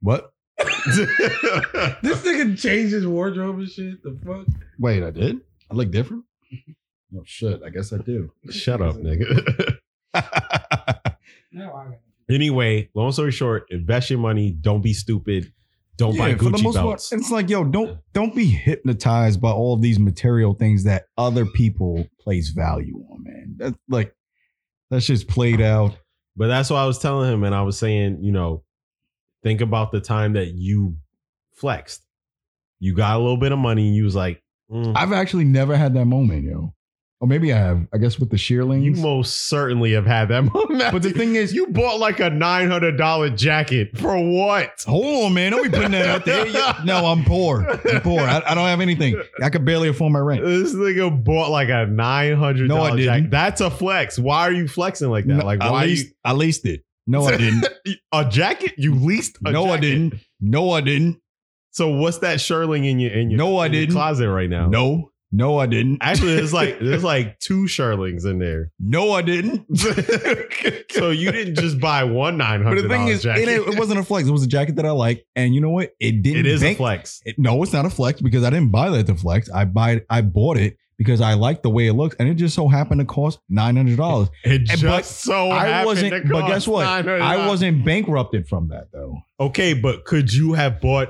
what? This nigga changed his wardrobe and shit. The fuck? Wait, I did. I look different. Oh shit! I guess I do. Shut up, nigga. No, I anyway, long story short, invest your money. Don't be stupid. Don't buy Yeah, for the Gucci most part, belts. it's like, yo, don't don't be hypnotized by all these material things that other people place value on, man. That's like that's just played out. But that's what I was telling him, and I was saying, you know, think about the time that you flexed. You got a little bit of money, and you was like, mm, I've actually never had that moment, yo. Or maybe I have. I guess with the "You shearlings. most certainly have had that moment." But the thing is, you bought like a nine hundred dollar jacket for what? Hold on, man. Don't be putting that out there. No, I'm poor. I'm poor. I, I don't have anything. I could barely afford my rent. This nigga bought like a nine hundred No, I dollar didn't. jacket. That's a flex. Why are you flexing like that? No, Like I why leased, I leased it. No, I didn't. you, a jacket? You leased? A No, I jacket. didn't. No, I didn't. So what's that shirling in your in your, No, I in your didn't. closet right now? No, no, I didn't. Actually, there's like there's like two shirlings in there. No, I didn't. so you didn't just buy one nine But hundred the thing dollar is, it, jacket. it wasn't a flex. It was a jacket that I like, and you know what? It didn't. it is a bank- flex. It- no, it's not a flex because I didn't buy that to flex. I buy. I bought it because I liked the way it looks, and it just so happened to cost nine hundred dollars. It but just so I happened wasn't- to but cost guess what? $900. I wasn't bankrupted from that though. Okay, but could you have bought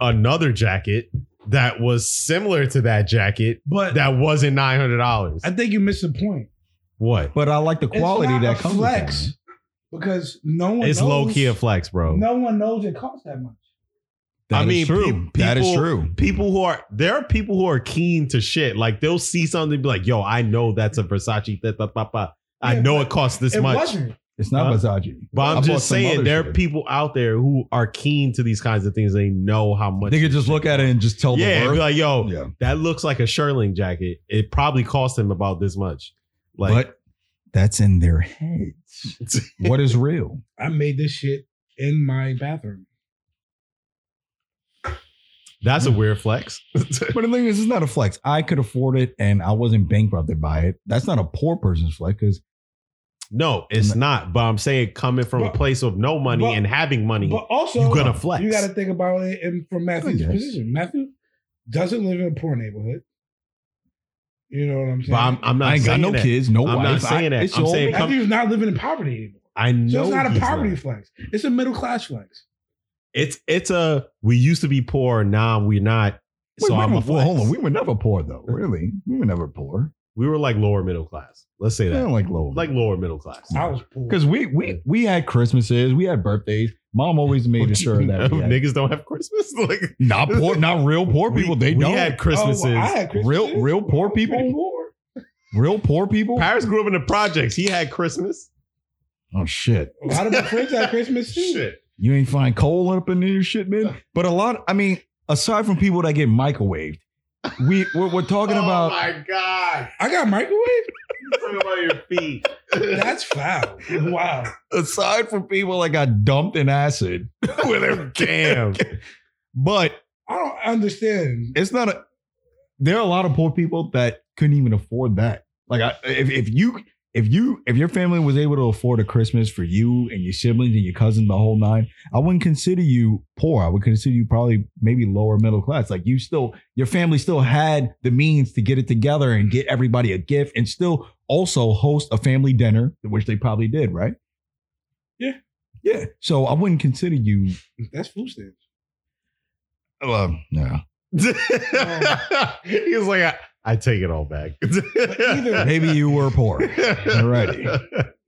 another jacket that was similar to that jacket But that wasn't nine hundred dollars? I think you missed the point. What? But I like the It's quality not that a comes flex with because no one. It's knows, low key a flex, bro. No one knows it costs that much. that. I That is mean, true. pe- that is people- true. People who are there are people who are keen to shit. Like they'll see something and be like, "Yo, I know that's a Versace." Th- th- th- th- I Yeah, know but it costs this it much. wasn't. It's not Huh? Versace. But I'm I bought just some saying other there are shit. people out there who are keen to these kinds of things. They know how much. They could just look at it and just tell yeah, the and be worth. like, "Yo, yeah, that looks like a Sherling jacket. It probably cost him about this much." Like, but that's in their heads. what is real? I made this shit in my bathroom. That's a weird flex. But the thing is, it's not a flex. I could afford it, and I wasn't bankrupted by it. That's not a poor person's flex because no, it's not. But I'm saying coming from a But- place of no money but- and having money. But also, you gotta flex. You gotta think about it in, from Matthew's guess. position. Matthew doesn't live in a poor neighborhood. You know what I'm saying? but I'm, I'm not. I ain't got saying no that. kids, no I'm not wife. saying I, that. It's I'm all- saying- Matthew's not living in poverty anymore. I know So it's not a he's poverty not. flex. It's a middle class flex. It's it's a we used to be poor, now we're not. Wait, so we I'm were a poor. flex. Hold on, we we, were never poor though. Really, we were never poor. were like lower middle class. Let's say We that. don't like low, Like lower middle class. I was poor. because we we we had Christmases, we had birthdays. Mom always made sure that we had- niggas don't have Christmas. Like not poor, not real poor people. we, they we don't. had Christmases. Oh, I had Christmases. Real- real poor people? Pretty poor. real poor people. Paris grew up in the projects. He had Christmas. Oh shit. A lot of my friends had Christmas too. Shit. You ain't find coal up in your shit, man. But a lot, I mean, aside from people that get microwaved, we we're, we're talking oh about my god. I got microwave. Talking about your feet. That's foul. Wow. aside from people that got dumped in acid. With their damn. But I don't understand. it's not a. There are a lot of poor people that couldn't even afford that. Like, I, if if you if you if your family was able to afford a Christmas for you and your siblings and your cousin the whole nine, I wouldn't consider you poor. I would consider you probably maybe lower middle class. Like you still, your family still had the means to get it together and get everybody a gift and still also host a family dinner, which they probably did, right? Yeah. yeah. So I wouldn't consider you. That's food stamps. Um, no. he Um, was like, I, I take it all back. either- Maybe you were poor. Alrighty.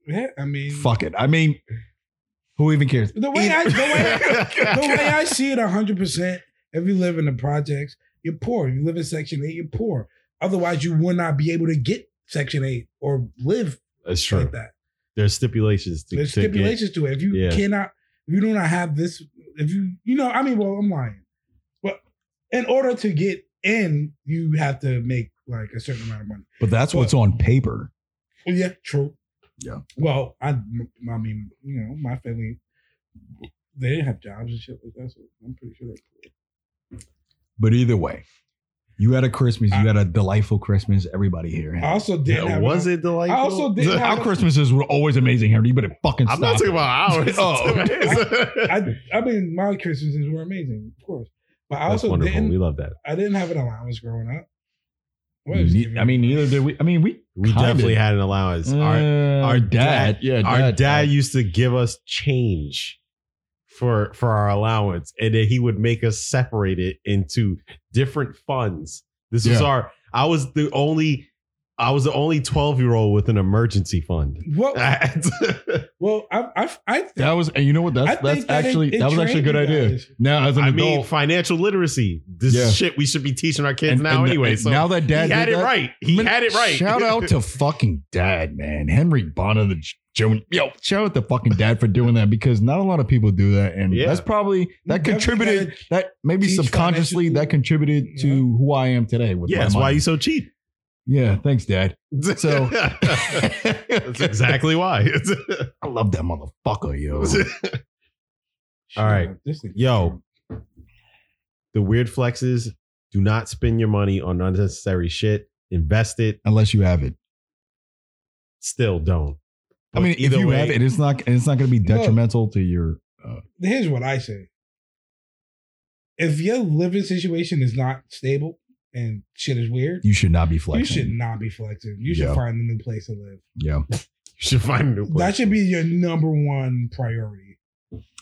Yeah, I mean, Fuck it. I mean, who even cares? the way I the way the way I see it, hundred percent. If you live in the projects, you're poor. If you live in Section Eight, you're poor. Otherwise, you would not be able to get Section Eight or live That's true. like that. There's stipulations to, There's to get- stipulations to it. If you Yeah. cannot, if you do not have this, if you, you know, I mean, well, I'm lying, but in order to get in, you have to make like a certain amount of money. But that's what's on paper. Well, yeah, true. Yeah. Well, I, I mean, you know, my family, they didn't have jobs and shit like that, so I'm pretty sure they. But either way, you had a Christmas. You had a delightful Christmas. Everybody here. I also didn't. Yeah, have was enough- it delightful? I also didn't. Our Have, Christmases were always amazing, Henry. You better fucking I'm stop. not talking it. about ours. Oh. I, I mean, my Christmases were amazing, of course, but I That's also wonderful. didn't. We love that. I didn't have an allowance growing up. What is Ne- I mean, neither did we. I mean, we. We Kinda. definitely had an allowance. Mm, our Uh, our dad- yeah, our dad, used to give us change for for our allowance, and then he would make us separate it into different funds. This was Yeah. our. I was the only. I was the only twelve year old with an emergency fund. well, I well, I, I, I think, Ah. That was, and you know what? That's I that's think that it- actually it that was actually a good trained you idea. guys. Now, as an adult, mean, financial literacy. This Yeah. is shit we should be teaching our kids and- now, and- anyway. and So now that he dad had did it that- right. He Man, had it right. Shout out to fucking dad, man. Henry Bonner, the J- Joan. Yo, shout out to fucking dad for doing that because not a lot of people do that. And Yeah. that's probably, that definitely contributed, gotta that maybe teach subconsciously, financial- that contributed to who I am today. With yeah, my that's why money. you so cheap. Yeah, thanks, dad. So- that's exactly why. I love that motherfucker, yo. All right. This thing- Yo. the weird flexes do not spend your money on unnecessary shit invest it Unless you have it. still don't I mean, if But either you way, have it, it's not, it's not going to be detrimental to your. here's what I say: If your living situation is not stable and shit is weird, You should not be you flexing. should not be flexing. You should Yeah. find a new place to live. Yeah, you should find a new place That should be your number one priority.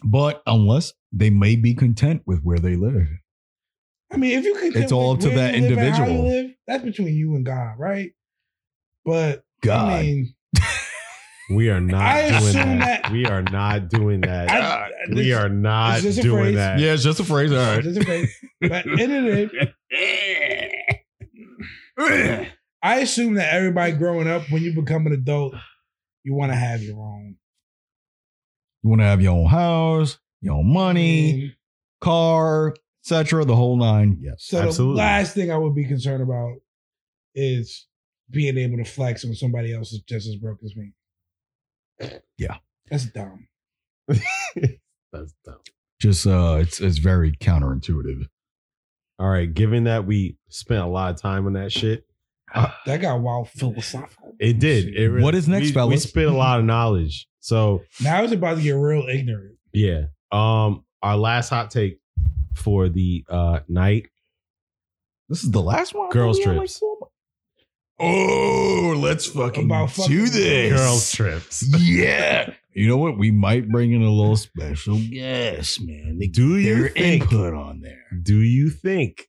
but unless they may be content with where they live. I mean, if you can, It's all up to where that you live and how you individual. live, that's between you and God, right? But God, I mean, we are not I doing assume that. that- we are not doing that I- we this- are not it's just a doing phrase. that yeah, it's just a phrase. All right. Just a break. but in it, I assume that everybody growing up, when you become an adult, you want to have your own You want to have your own house, your own money, And Mm-hmm. car, etc. The whole nine. Yes. So Absolutely. the last thing I would be concerned about is being able to flex when somebody else is just as broke as me. Yeah. that's dumb. That's dumb. Just uh, it's it's very counterintuitive. all right given that we spent a lot of time on that shit That got wild philosophical. it did it really- What is next, we, we fellas? spent a lot of knowledge so Now it's about to get real ignorant. Yeah. Um, our last hot take for the uh night. This is the last one. Girls' We had, trips. four more. oh, let's fucking About fucking do this, Girls trips. Yeah. You know what? We might bring in a little special guest, man. They Do you their think input on there. do you think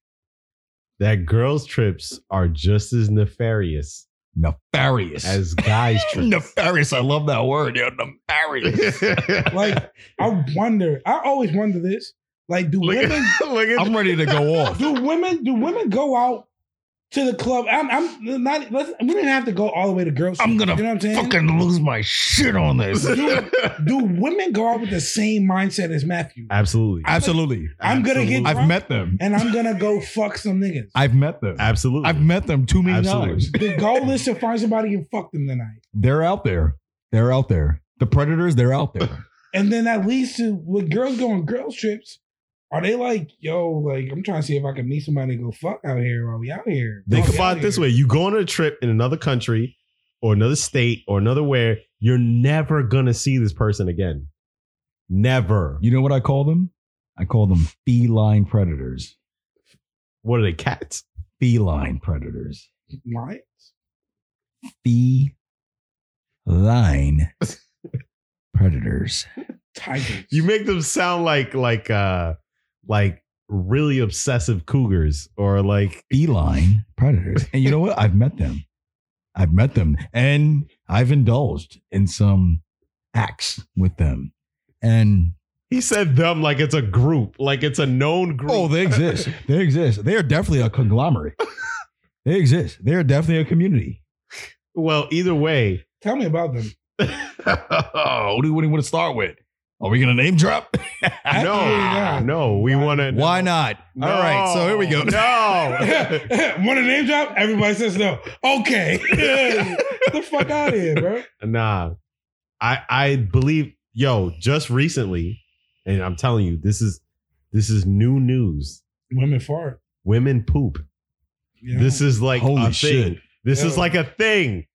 that girls' trips are just as nefarious Nefarious. as guys' trips? nefarious. I love that word. Yeah, nefarious. Like I wonder. I always wonder this. Like, do look at, women look at I'm ready to go off. do women do women go out to the club? I'm I'm not. Let's, we didn't have to go all the way to girls. I'm gonna You know what I'm saying? Fucking lose my shit on this. do women go out with the same mindset as Matthew? Absolutely. Absolutely. I'm gonna get Absolutely. I've met them. and I'm gonna go fuck some niggas. I've met them. Absolutely. I've met them too many Absolutely. times. the goal is to find somebody and fuck them tonight. They're out there. They're out there. The predators, they're out there. And then that leads to with girls going girls trips. Are they like, yo, like I'm trying to see if I can meet somebody to go fuck out here while we out here? Think Fuck about out it this here. way: you go on a trip in another country, or another state, or another where you're never gonna see this person again. Never. You know what I call them? I call them feline predators. What are they cats? Feline predators. Lions? Feline predators. Tigers. You make them sound like like uh like really obsessive cougars or like Feline predators. And you know what? I've met them. I've met them and I've indulged in some acts with them. And he said them like it's a group, like it's a known group. Oh, they exist. They exist. They are definitely a conglomerate. They exist. They are definitely a community. Well, either way. Tell me about them. what do you, what do you want to start with? Are we gonna name drop? No, Absolutely not. no, we want to. Why not? All right, so here we go. No. Want a name drop? Everybody says no. Okay. Get the fuck out of here, bro. Nah, I I believe yo just recently, and I'm telling you this is this is new news. Women fart. Women poop. You know? This is like Holy a shit. thing. This is Yo. like a thing.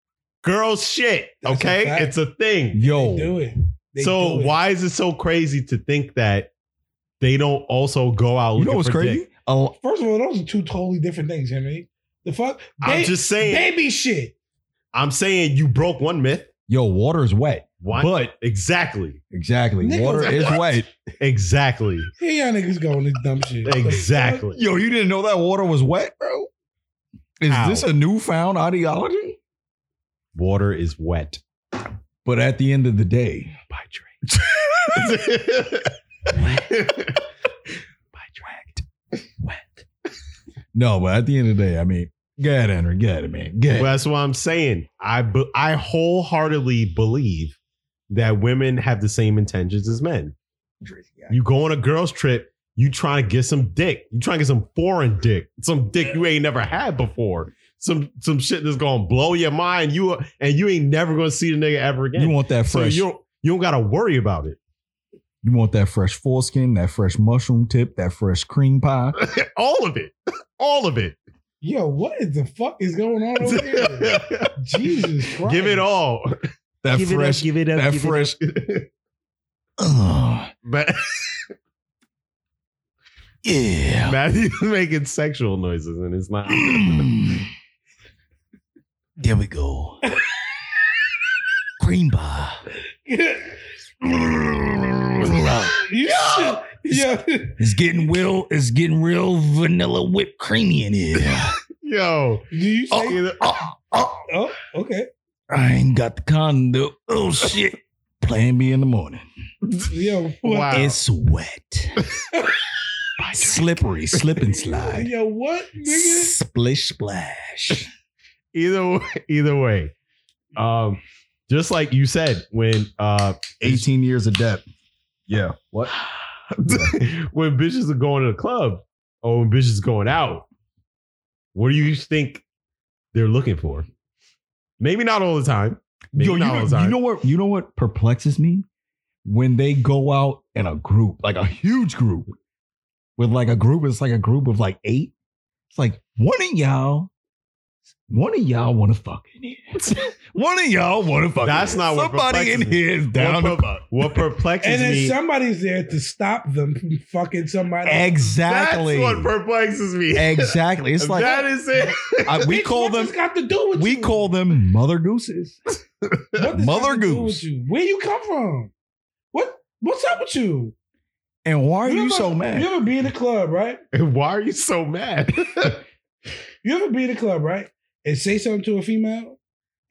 Girls shit. That's a okay, fact. it's a thing. They Yo, do it. They so do it. why is it so crazy to think that they don't also go out? you know looking what's for crazy? dick? A lo- First of all, those are two totally different things, Henry. The fuck? I'm Ba- just saying. baby shit. I'm saying you broke one myth. yo, water is wet. Why? But exactly, exactly, Niggas water are is wet. exactly, Here y'all niggas going this dumb shit. exactly. Yo, you didn't know that water was wet, bro? Is Ow. this a newfound ideology? Water is wet. But at the end of the day, By Drake. no. But at the end of the day, I mean, get it, Henry, get it, man, get it. Well, that's what I'm saying. I be- I wholeheartedly believe that women have the same intentions as men. You go on a girls trip, you trying to get some dick. You trying to get some foreign dick, some dick you ain't never had before. Some some shit that's gonna blow your mind. You and you ain't never gonna see the nigga ever again. you want that so fresh? you don't you don't gotta worry about it. you want that fresh foreskin, that fresh mushroom tip, that fresh cream pie. All of it, all of it. Yo, what is the fuck is going on over here? Jesus Christ. Give it all. That fresh, give it that fresh. Ugh. But yeah. Matthew's making sexual noises and it's not. There we go. Cream pie. You shit. Yo, It's getting real. It's getting real vanilla whipped creamy in here. Yo. do you say? Oh, Either- oh, oh, okay. I ain't got the condom. Oh shit! Plan B in the morning. Yo, what? Wow. It's wet, slippery, slip and slide, Yo, what, nigga? splish splash. Either way, either way. Um, just like you said, when uh 18 years of debt. Yeah. What? when bitches are going to the club or when bitches going out, what do you think they're looking for? Maybe not all the time. Maybe Yo, you, not know, all the time. you know what? You know what perplexes me when they go out in a group, like a huge group, with like a group. It's like a group of like eight. It's like one of y'all, one of y'all want to fuck in here. one of y'all want to fuck. in That's here. not what somebody in perplexes me. here is down to what, per- fuck. what perplexes And then me. somebody's there to stop them from fucking somebody. Exactly. That's what perplexes me. exactly. It's like that is it. I- we Bitch, call what them this got to do with we you? call them mother gooses. What does Mother that have to do with Goose. you? Where you come from? What What's up with you? And why are you ever- so mad? You ever be in the club, right? Why are you so mad? You ever be in the club, right? And say something to a female,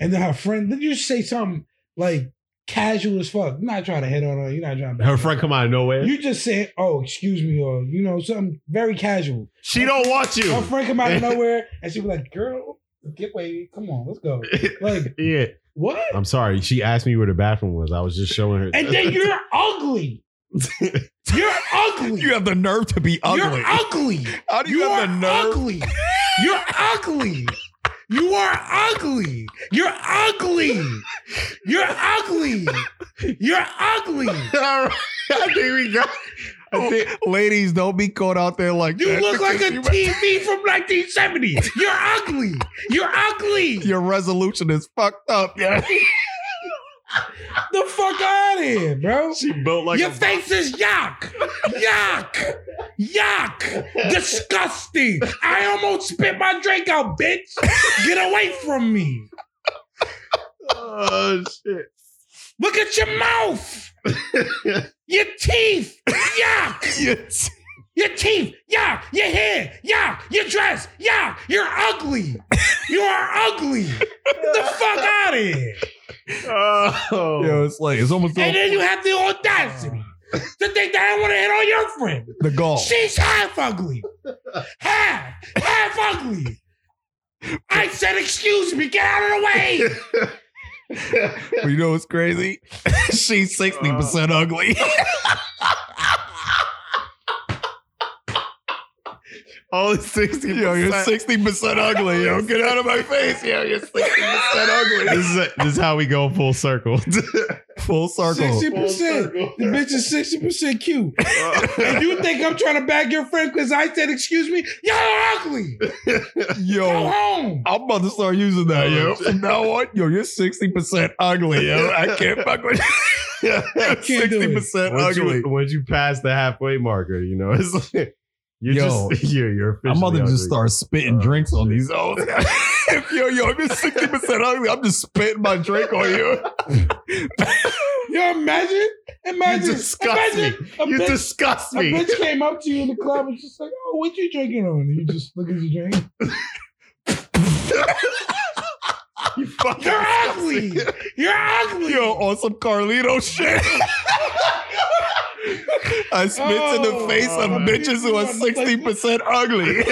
and then her friend, then you say something like casual as fuck. You're not trying to hit on her. You're not trying to. Her friend come out of nowhere. You just say, "Oh, excuse me," or you know, something very casual. she don't want you. Her friend come out of nowhere, and she be like, "Girl, get away. Come on, let's go." Like Yeah, what? I'm sorry. She asked me where the bathroom was. I was just showing her. And then you're ugly. You're ugly. You have the nerve to be ugly. You're ugly. How do you, You are have the nerve? ugly. You're ugly. You are ugly. You're ugly. You're ugly. You're ugly. All right. I think we got. I think, Ladies, don't be caught out there like Oh. You that look like because a TV from 1970. You're ugly. You're you- ugly. your resolution is fucked up. Yeah. the fuck out of here, bro. she built like Your a. face is yuck. Yuck. Yuck. Disgusting. I almost spit my drink out, bitch. Get away from me. Oh shit! Look at your mouth. Your teeth. Yuck. Yes. Your teeth. Yuck. Your hair. Yuck. Your dress. Yuck. You're ugly. You are ugly. Get the fuck out of here. Oh, Yo, it's like it's Ah. almost And like then you have the audacity to think that I want to hit on your friend. Oh. the golf. She's half ugly. Half. Half ugly. I said, excuse me, get out of the way. But you know what's crazy? She's 60% ugly. Only 60 Yo, you're 60% ugly. Yo, get out of my face. Yo, you're 60% ugly. This is, this is how we go full circle. Full circle. 60%. The bitch is 60% cute. Uh, And you think I'm trying to bag your friend because I said, excuse me, y'all are ugly. Oh. Go Yo, home. I'm about to start using that, Oh, yo. From now on, yo, you're 60% ugly, yo. I can't fuck with you. can't do it. 60% once, ugly. you, once you pass the halfway marker, you know, it's like, you're Yo, just, you're, you're I'm about to officially just ugly. start spitting Uh, drinks on shit. these hoes. if yo, yo, if you're 60% ugly, I'm just spitting my drink on you. Yo, imagine, imagine, disgust me. imagine a You bitch- disgust A me. bitch came up to you in the club and just like, oh, what you drinking on? And you just look at your drink. You fucking You're disgust ugly. me. You're ugly. Yo, on some Carlito shit. I spit in the Oh, face of man. bitches who are 60% ugly.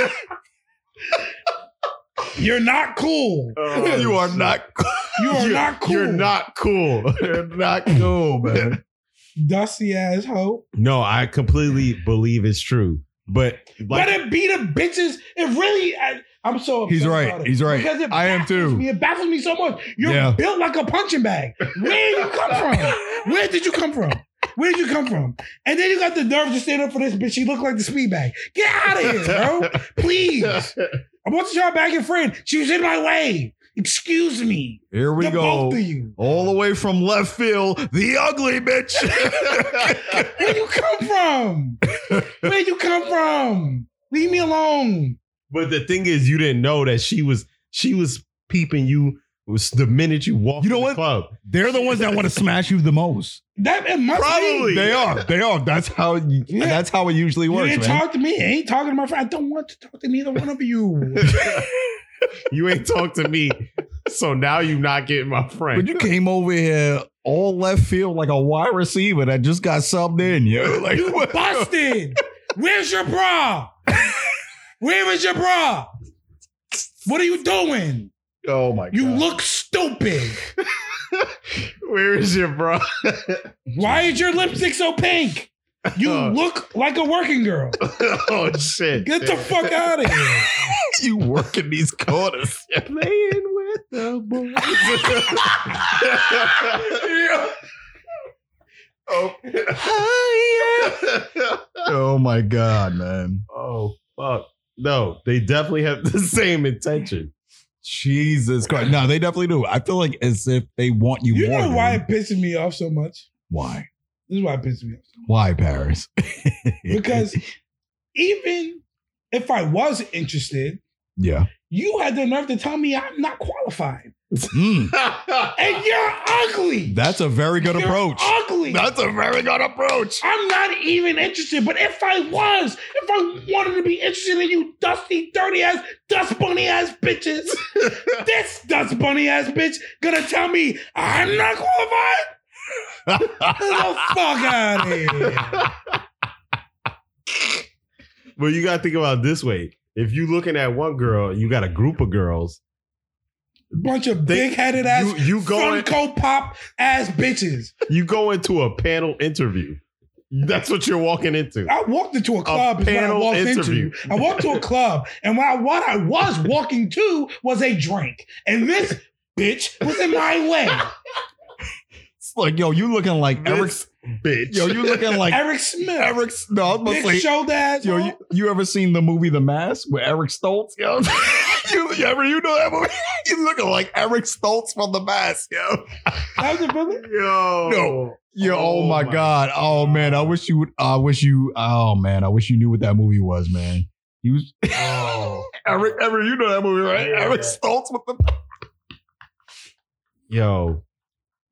You're not cool. Oh, you are shit. not You are You're- not cool. You're not cool. You're not cool, man. dusty ass hoe. No, I completely believe it's true. But but it be the bitches. It really. I, I'm so. upset He's right. about it. He's right. Because it I am baffles too. Me. It baffles me so much. You're Yeah. built like a punching bag. Where did you come from? Where did you come from? Where did you come from? And then you got the nerve to stand up for this bitch. She looked like the speed bag. Get out of here, bro. Please. I want to y'all back in friend. She was in my way. Excuse me. Here we The go. Both of you. All the way from left field, the ugly bitch. Where you come from? Where you come from? Leave me alone. but the thing is, you didn't know that she was she was peeping you was the minute you walked. You know in the what? Club. They're the ones that want to smash you the most. That it must Probably. be. They are. They are. That's how. Yeah. That's how it usually You works, didn't man. talk to me. I ain't talking to my friend. I don't want to talk to neither one of you. You ain't talked to me, so now you not getting my friend. But you came over here all left field like a wide receiver that just got subbed in, yo. Like what? Busted. Where's your bra? Where is your bra? What are you doing? Oh my You look stupid. Where is your bro? Why is your lipstick so pink? You Uh. look like a working girl. oh shit! Get the fuck out of here. you work in these corners. playing with the boys. oh. oh my god, man. oh fuck! No, they definitely have the same intention. Jesus Christ. No, they definitely do. I feel like as if they want you, You more. know why dude. it pisses me off so much? Why? This is why it pisses me off. Why Paris? Because even if I was interested, yeah. you had the nerve to tell me I'm not qualified. Mm, And you're ugly. that's a very good You're approach. Ugly. That's a very good approach. I'm not even interested. But if I was, if I wanted to be interested in you dusty, dirty ass, dust bunny ass bitches, this dust bunny ass bitch gonna tell me I'm not qualified? Get the fuck out of here. But you gotta think about it this way: if you looking at one girl, you got a group of girls. Bunch of They- big headed ass, you you go in- Funko Pop ass bitches. you go into a panel interview. That's what you're walking into. I walked into a club. is what I panel walked interview. into. I walked to a club, and what I, what I was walking to was a drink, and this bitch was in my way. It's like, yo, you looking like Eric. This bitch. Yo, you looking like Eric Smith, Eric. No, I was about to big say shoulder ass. Yo, you, you ever seen the movie The Mask with Eric Stoltz? Yo, you, you ever you know that movie? You looking like Eric Stoltz from The Mask, yo. That was a brother? Yo. No. Yo, oh, Oh my, my god. Oh man, I wish you would. I wish you. Oh man, I wish you knew what that movie was, man. He was Oh. Eric. Ever you know that movie, right? Yeah. Eric Stoltz with the. Yo.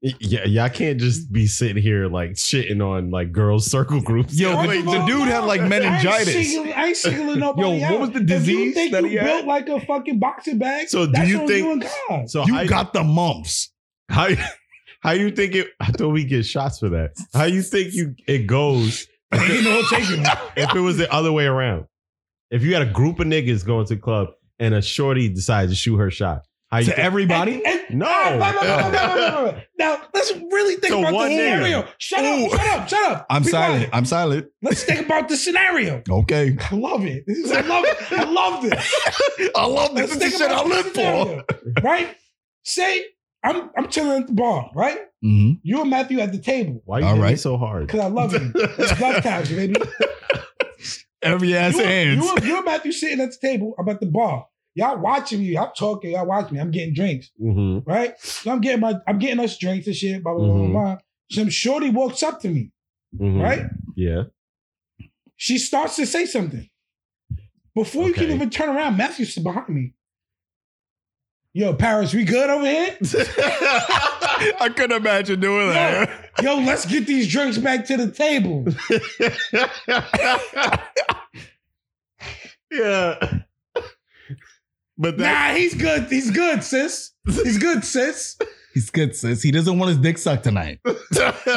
Y- Yeah, y'all can't just be sitting here like shitting on like girls circle groups. Yo, First the, of the all, dude had like no, I ain't meningitis. singling, I ain't singling nobody Yo, out. what was the if you disease think that you he had? built like a fucking boxing bag, So do that's you on think- you and God. So You how, got the mumps. how how you think it? I thought we get shots for that. How you think you it goes you know, taking if it was the other way around? If you had a group of niggas going to the club and a shorty decides to shoot her shot. How you to think- everybody. And- and- No. Ah, wait, wait, wait, wait, wait, wait, wait. Now let's really think To about the one nigga. scenario. Shut Ooh. up! Shut up! Shut up! I'm Be quiet. silent. I'm silent. Let's think about the scenario. Okay. I love it. This is- I love it. I love this. I love Let's think about the scenario, Right? Say I'm I'm chilling at the bar, right? hmm You and Matthew at the table Why you All hitting me right. so hard? because I love you. It's love times, baby. Every ass you, hands. You, you and Matthew sitting at the table. I'm at the bar. Y'all watching me. I'm talking. Y'all watching me. I'm getting drinks, Mhm. right? So I'm getting my I'm getting us drinks and shit. Blah blah blah, Mhm. blah blah. Some shorty walks up to me, Mhm. right? Yeah. She starts to say something. Before you can Okay. even turn around, Matthew's behind me. Yo, Paris, we good over here? I couldn't imagine doing that. Yo, let's get these drinks back to the table. yeah. But that nah, he's good. He's good, sis. He's good, sis. He's good, sis. He doesn't want his dick sucked tonight.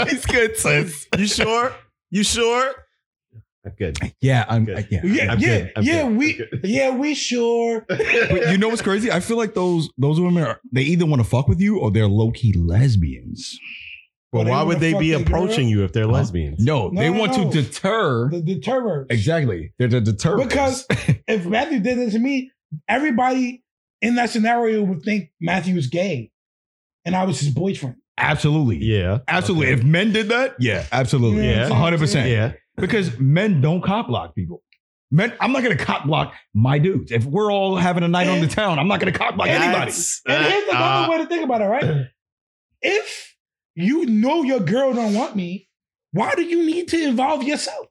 He's good, sis. you sure? You sure? I'm good. Yeah, I'm. Good. I- yeah. Yeah, I'm yeah, good. I'm yeah. good. We, I'm good. yeah, we sure. But you know what's crazy? I feel like those those women are they either want to fuck with you or they're low key lesbians. But why would they be Fucking girl. approaching you if they're Huh? lesbians? No, No, they no, want no. to deter. The deterrent. exactly, they're the deter. Because if Matthew did it to me, everybody in that scenario would think Matthew's gay, and I was his boyfriend. absolutely, Yeah. absolutely. Okay. If men did that, yeah, absolutely, Yeah. yeah, hundred percent. Yeah. Because men don't cop block people. Men, I'm not gonna cop block my dudes. If we're all having a night on the town, I'm not gonna cop block anybody. That's- And here's another uh, way to think about it, right? If you know your girl don't want me, why do you need to involve yourself?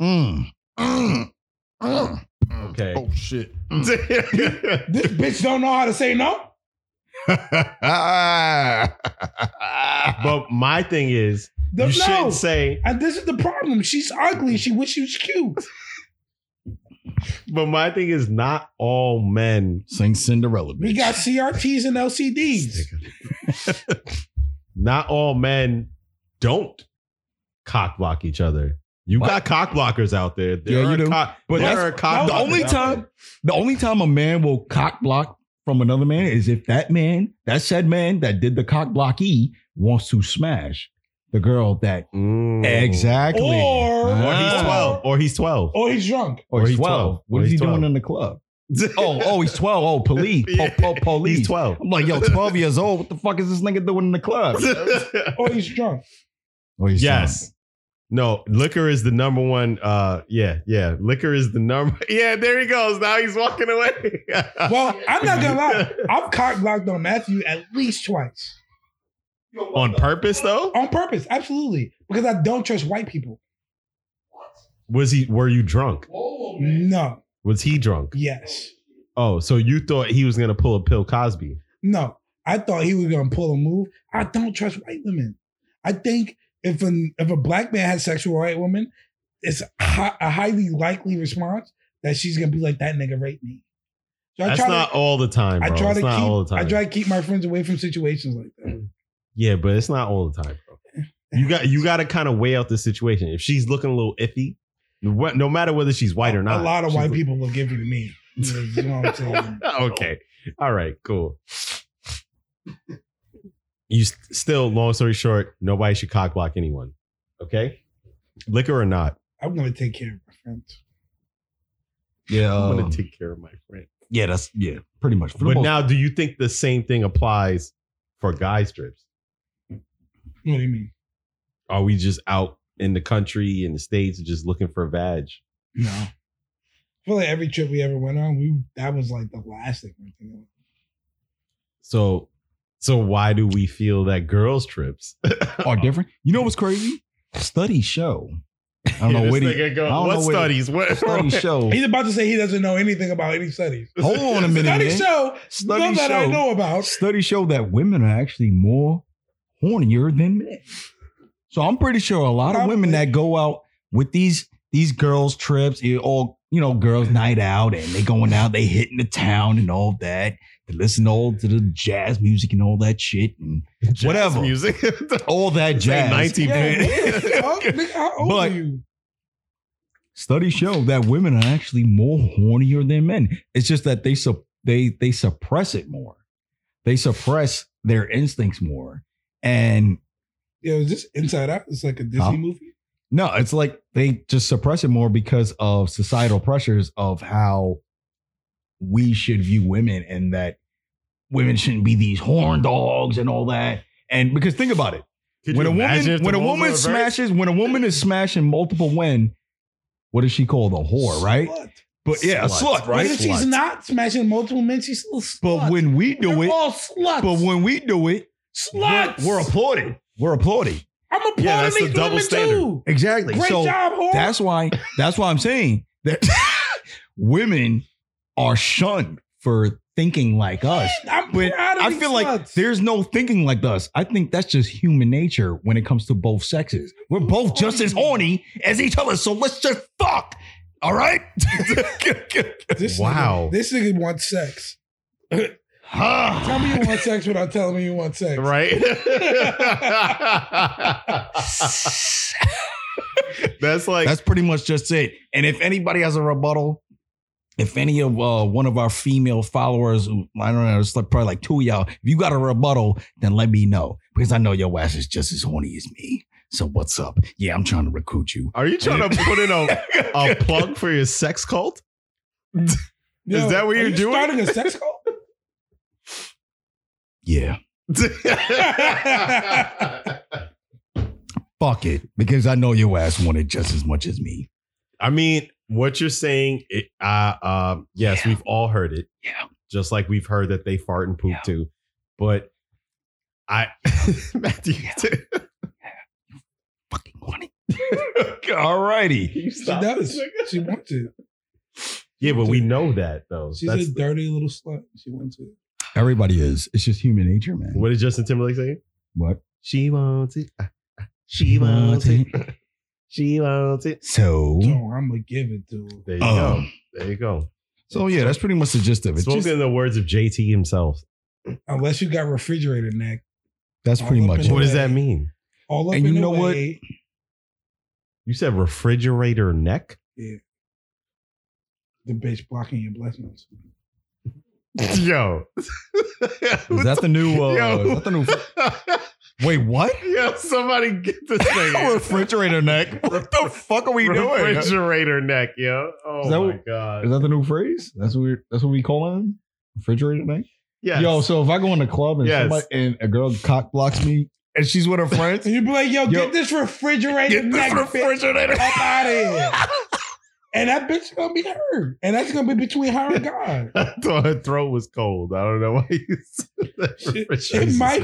Mm. Mm. Mm. Okay. Oh shit. Mm. This bitch don't know how to say no. but but my thing is, The- you no. shouldn't say. And this is the problem. She's ugly. She wish she was cute. But my thing is, not all men. sing Cinderella, bitch. We got CRTs and LCDs. Not all men don't cock block each other. You What? got cock blockers out there. There Yeah, are you do. cock- But there that's- are cock the blockers only out time- there. the only time a man will cock block from another man is if that man, that said man that did the cock block E, wants to smash the girl that Mm. exactly Oh, Or- Or he's Ah. twelve. Or he's twelve. Or he's drunk. Or he's 12. What Or is he's he 12. doing in the club? Oh, oh, he's 12. Oh, police. Po- po- police. he's twelve. I'm like, yo, 12 years old. What the fuck is this nigga doing in the club? Or he's drunk. Or he's yes. No, liquor is the number one. Uh, yeah, yeah, liquor is the number. Yeah, there he goes. Now he's walking away. Well, I'm not gonna lie. I've cock blocked on Matthew at least twice. on purpose though, On purpose, absolutely. Because I don't trust white people. was he? Were you drunk? No. Was he drunk? Yes. Oh, so you thought he was gonna pull a Bill Cosby? No. I thought he was gonna pull a move. I don't trust white women. I think if an if a black man has sex with a white woman, it's hi- a highly likely response that she's gonna be like, "That nigga raped me." So I That's try not to, all the time. Bro. I try it's to not all the keep time. I try to keep my friends away from situations like that. yeah, but it's not all the time, bro. You got you got to kind of weigh out the situation. If she's looking a little iffy, wh- no matter whether she's white or not, A lot of she's white look- people will give you to me. You know what I'm saying? okay. All right. Cool. You s- still, long story short, nobody should cock block anyone. Okay. Liquor or not, I'm gonna take care of my friends. Done. Yeah. I'm um, going to take care of my friend. yeah, that's, yeah, pretty much. For the But most- now, do you think the same thing applies for guy strips? What do you mean? Are we just out in the country, in the States, just looking for vag? No. I feel like every trip we ever went on, we that was like the last thing we think of. So, so why do we feel that girls' trips are different. You know what's crazy? Studies show. I don't know Yeah, this where the nigga go, I don't what know where the- studies? What studies show. He's about to say he doesn't know anything about any studies. Hold on a minute. Study man. show, none Studies that I show- know about. Studies show that women are actually more hornier than men. So I'm pretty sure a lot of Probably. women that go out with these these girls trips, it all you know, girls night out, and they going out, they hitting the town and all that. They listen all to the jazz music and all that shit and Jazz whatever. music? all that This ain't jazz. 19 Yeah, man. nigga, how old are But- you? Studies show that women are actually more hornier than men. It's just that they sup they they suppress it more. They suppress their instincts more. And Yo, is this Inside Out? It's like a Disney Huh? movie. no, it's like they just suppress it more because of societal pressures of how we should view women and that women shouldn't be these horn dogs and all that. And because think about it. Could when you a imagine if woman when the a roles were woman reversed? smashes when a woman is smashing multiple men, what is she called? A whore, right? Slut. But yeah, a Slut. slut, Right? right? Even if she's not smashing multiple men, she's still a slut. But when we do We're it, all sluts. but when we do it, sluts, we're applauded. We're applauded. I'm applauding Yeah, that's the these double women standard. too. Exactly. Great so job, whore. that's why that's why I'm saying that women are shunned for thinking like us. I'm But proud of I these feel like sluts. there's no thinking like us. I think that's just human nature when it comes to both sexes. We're both just as horny as each other, so let's just fuck. All right? this Wow. Nigga, this nigga wants sex. Tell me you want sex without telling me you want sex. right? That's like that's pretty much just it. And if anybody has a rebuttal, if any of uh, one of our female followers, who- I don't know, it's like probably like two of y'all, if you got a rebuttal, then let me know because I know your ass is just as horny as me. So what's up? Yeah, I'm trying to recruit you. Are you trying to put in a, a plug for your sex cult? Yo, Is that what are you're you doing? Starting a sex cult? Yeah, fuck it, because I know your ass wanted just as much as me. I mean, what you're saying, it, uh, um, yes, Yeah. we've all heard it. Yeah. Just like we've heard that they fart and poop Yeah. too. But I, Matthew, Yeah. too. Fucking horny. All righty. She You stop does. this nigga? She wants it. Yeah, but we know that though. She's That's a dirty little slut. She wants it. Everybody is. It's just human nature, man. what did Justin Timberlake say? What? She wants it. uh, She wants it. She wants it. So, So I'm gonna give it to her. There you go. um, There you go. so yeah, that's pretty much the gist of it. Spoken Just- in the words of JT himself. Unless you got refrigerator neck. that's pretty All up much in it. What does way. that mean? All up And in you the know what? way. You said refrigerator neck? The bitch blocking your blessings. Yo. Is that the new? Uh, Yo. is that the new? Wait, what? Yo, somebody get this thing. refrigerator neck. What the fuck are we doing? Is refrigerator neck, yo. Is Oh that my what- god. that the new phrase? That's what we that's what we call him. Refrigerator neck. Yes. Yo, so if I go in the club and Yes. somebody and a girl cock blocks me and she's with her friends, And you be like, yo, Yo, get this refrigerator get neck this bitch, refrigerator. up out of here. and that bitch gonna be hurt. And that's gonna be between her and God. I thought her throat was cold. I don't know why you said It- that. it might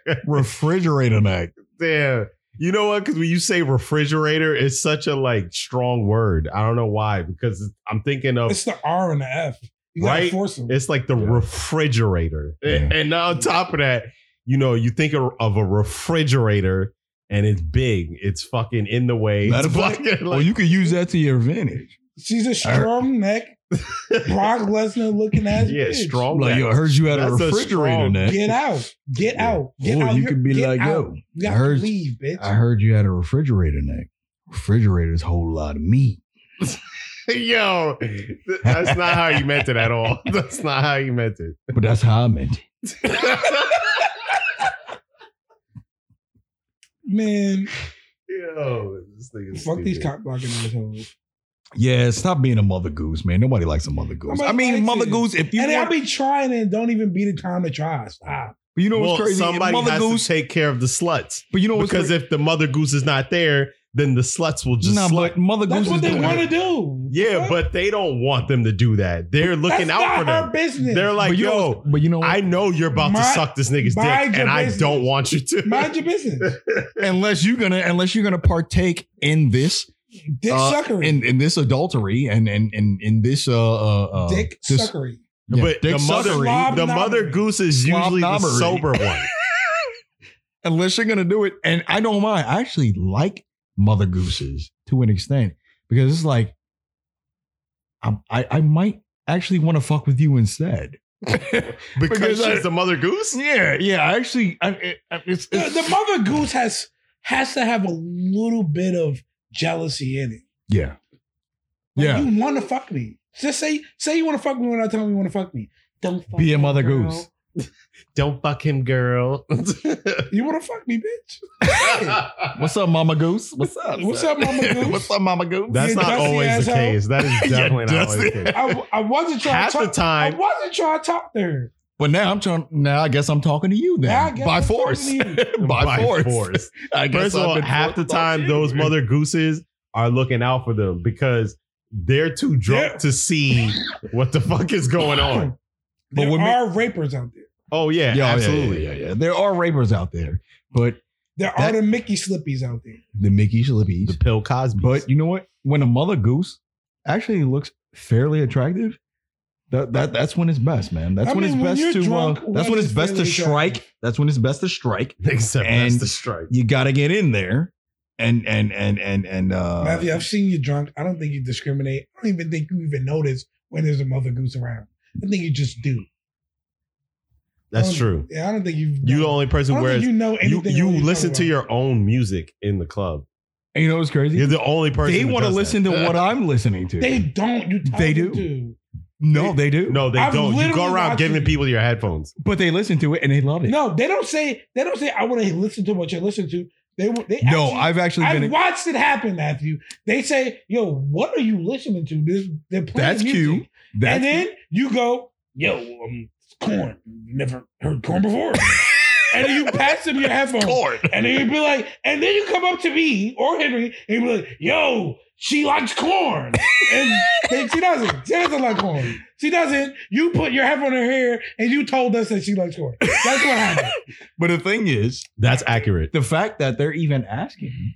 be. refrigerator neck. Damn. You know what? Because when you say refrigerator, it's such a like strong word. I don't know why. Because I'm thinking of It's the R and the F. You gotta Right? force them. It's like the Yeah. refrigerator. And- Yeah. And now on top of that, you know, you think of of a refrigerator and it's big. It's fucking in the way. Matter It's of fact, fucking Well, like- you could use that to your advantage. She's a strong neck, Brock Lesnar looking ass. yeah, bitch. strong. Like, neck. yo, I heard you had a Oh, That's a refrigerator strong- neck. Get out. Get Yeah. out. Get Or out. you You're- could be get like, out. yo, You I gotta heard, leave, bitch. I heard you had a refrigerator neck. Refrigerator's a whole lot of meat. Yo, th- that's not how you meant it at all. That's not how you meant it. But that's how I meant it. Man, Yo, this thing is fuck these stupid. cock blocking assholes. Yeah, stop being a mother goose, man. Nobody likes a mother goose. Nobody I mean, likes mother it. goose, if you and want, I be trying and don't even be the time to try. Stop. you know Well, what's crazy? somebody mother has goose, to take care of the sluts but you know what's because crazy? if the mother goose is not there, then the sluts will just nah, slut. but mother That's goose what is they doing want to it. do. Yeah, but they don't want them to do that. They're looking That's out not her for them. business. They're like, but you know, yo, what's- but you know, what? I know you're about to Mind- suck this nigga's dick, mind your and I business. don't want you to. mind your business. unless you're gonna, unless you're gonna partake in this, Dick Uh, suckery. in in this adultery, and and and in this uh, uh, uh Dick this, suckery. yeah, but dick the mother, suckery. Slob the knobbery. mother goose is Slob usually the knobbery. sober one. unless you're gonna do it. And I don't mind. I actually like mother gooses to an extent because it's like I I, I might actually want to fuck with you instead. because, Because I- she's the mother goose. Yeah, yeah. I actually, I, it, I- it's, The, it's- the mother goose has has to have a little bit of jealousy in it. yeah. Like, Yeah. You want to fuck me. Just say say you want to fuck me without telling me you want to fuck me. Don't fuck Be a that mother girl. goose. Don't fuck him, girl. You want to fuck me, bitch? What's up, Mama Goose? What's up? What's up, Mama Goose? What's up, Mama Goose? That's You not dusty always the asshole. case. That is definitely not always the dusty. case. I, I wasn't trying Half to the talk. I time, wasn't trying to talk to her. But now I'm trying. Now I guess I'm talking to you Now I then. guess By I'm talking force. to you. by, force. I guess First of I've all, been half the forced by time you. those mother gooses are looking out for them because they're too drunk Yeah. to see what the fuck is going on. But There women- are rapers out there. Oh yeah, Yeah, yeah, absolutely. Yeah, yeah, yeah. There are rapers out there, but There That- are the Mickey Slippies out there. the Mickey Slippies. The Pill Cosby. But you know what? When a mother goose actually looks fairly attractive, that, that that's when it's best, man. That's I when mean, it's when you're best to. drunk, uh, that's when what's it's best to fairly strike. attractive? That's when it's best to strike. except that's and- the strike. You got to get in there, and and and and and uh, Matthew, I've seen you drunk. I don't think you discriminate. I don't even think you even notice when there's a mother goose around. I think you just do. That's Um, true. Yeah, I don't think you. You the only I person don't think wears. you know You, anything. you when you're listen to talking about your own music in the club. and you know what's crazy? You're the only person. They who want to does listen that. to what I'm listening to. it. They don't. You. Tell They them do. to. no, they do. No, they I've don't. You go literally around watched giving it. people your headphones. but they listen to it and they love it. No, they don't say. They don't say. I want to listen to what you listen to. They. They. No, actually- I've actually I've been. watched it happen, Matthew. They say, "Yo, what are you listening to?" This they're playing That's music. cute. That's and then you go, "Yo, um, it's corn. Never heard corn before." and then you pass them your headphones, and then you be like, and then you come up to me or Henry, and you be like, "Yo, she likes corn," and then she doesn't. She doesn't like corn. She doesn't. You put your headphone in her hair, and you told us that she likes corn. That's what happened. but the thing is, That's accurate. the fact that they're even asking,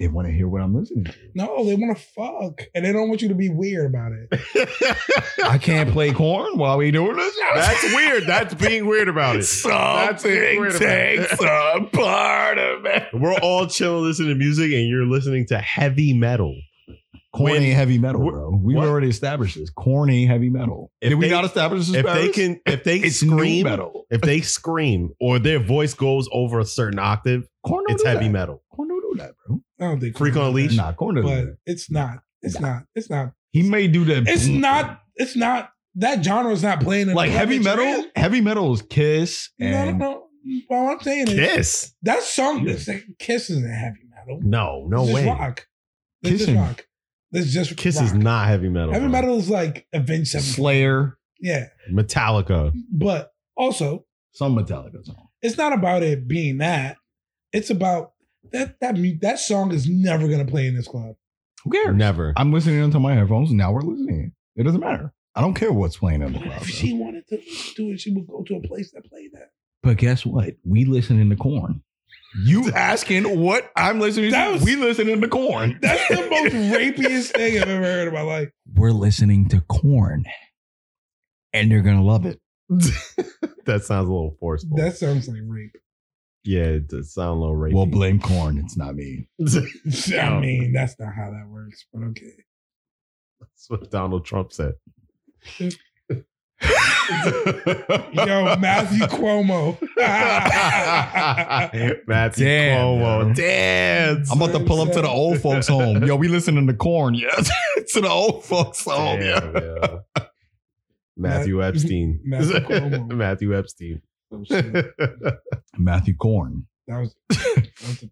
they want to hear what I'm listening to. No, they want to fuck, and they don't want you to be weird about it. I can't play corn while we doing this. That's weird. That's being weird about it. being weird about it. a part of it. We're all chilling, listening to music, and you're listening to heavy metal. Corn When- ain't heavy metal, wh- bro. We've what? already established this. Corn ain't heavy metal. If Did we they- not establish this? If they Paris? can, if they it's new scream, metal. if they scream or their voice goes over a certain octave, Corn don't it's do heavy that. metal. Corn don't do that, bro. I don't think Freak on a leash? Nah, corn don't do but that. it's not. It's not. It's not. He may do that. It's not. It's not. That genre is not playing in like the heavy public metal. realm. Heavy metal is Kiss No, and no, no. Well, I'm saying is Kiss? that song. That's like Kiss isn't heavy metal. No, no it's way. Just rock. It's just Kissing. rock. It's just Kiss rock. is not heavy metal. Heavy bro. metal is like Avenged Sevenfold. Slayer. Yeah, Metallica. but also Some Metallica song. it's not about it being that. It's about that that mu- that song is never gonna play in this club. Who cares? Never. I'm listening into my headphones. Now we're listening. It doesn't matter. I don't care what's playing in the crowd. If she wanted to do it, she would go to a place that played that. But guess what? We listening to corn. You asking what I'm listening That to? was- we listening to corn. That's the most rapiest thing I've ever heard in my life. We're listening to corn. And they're gonna love it. that sounds a little forceful. That sounds like rape. yeah, it does sound a little rapey. Well, blame corn. It's not me. I mean, that's not how that works, but okay. That's what Donald Trump said. Yo, Matthew Cuomo. Matthew Damn, yo. Cuomo. Damn. I'm about to pull up to the old folks' home. Yo, we listening to corn. Yes, to the old folks' home. Yeah. Damn, yo. Matthew Epstein. Matthew Cuomo. Matthew Epstein. Oh, shit. Matthew Corn. that was. That was a,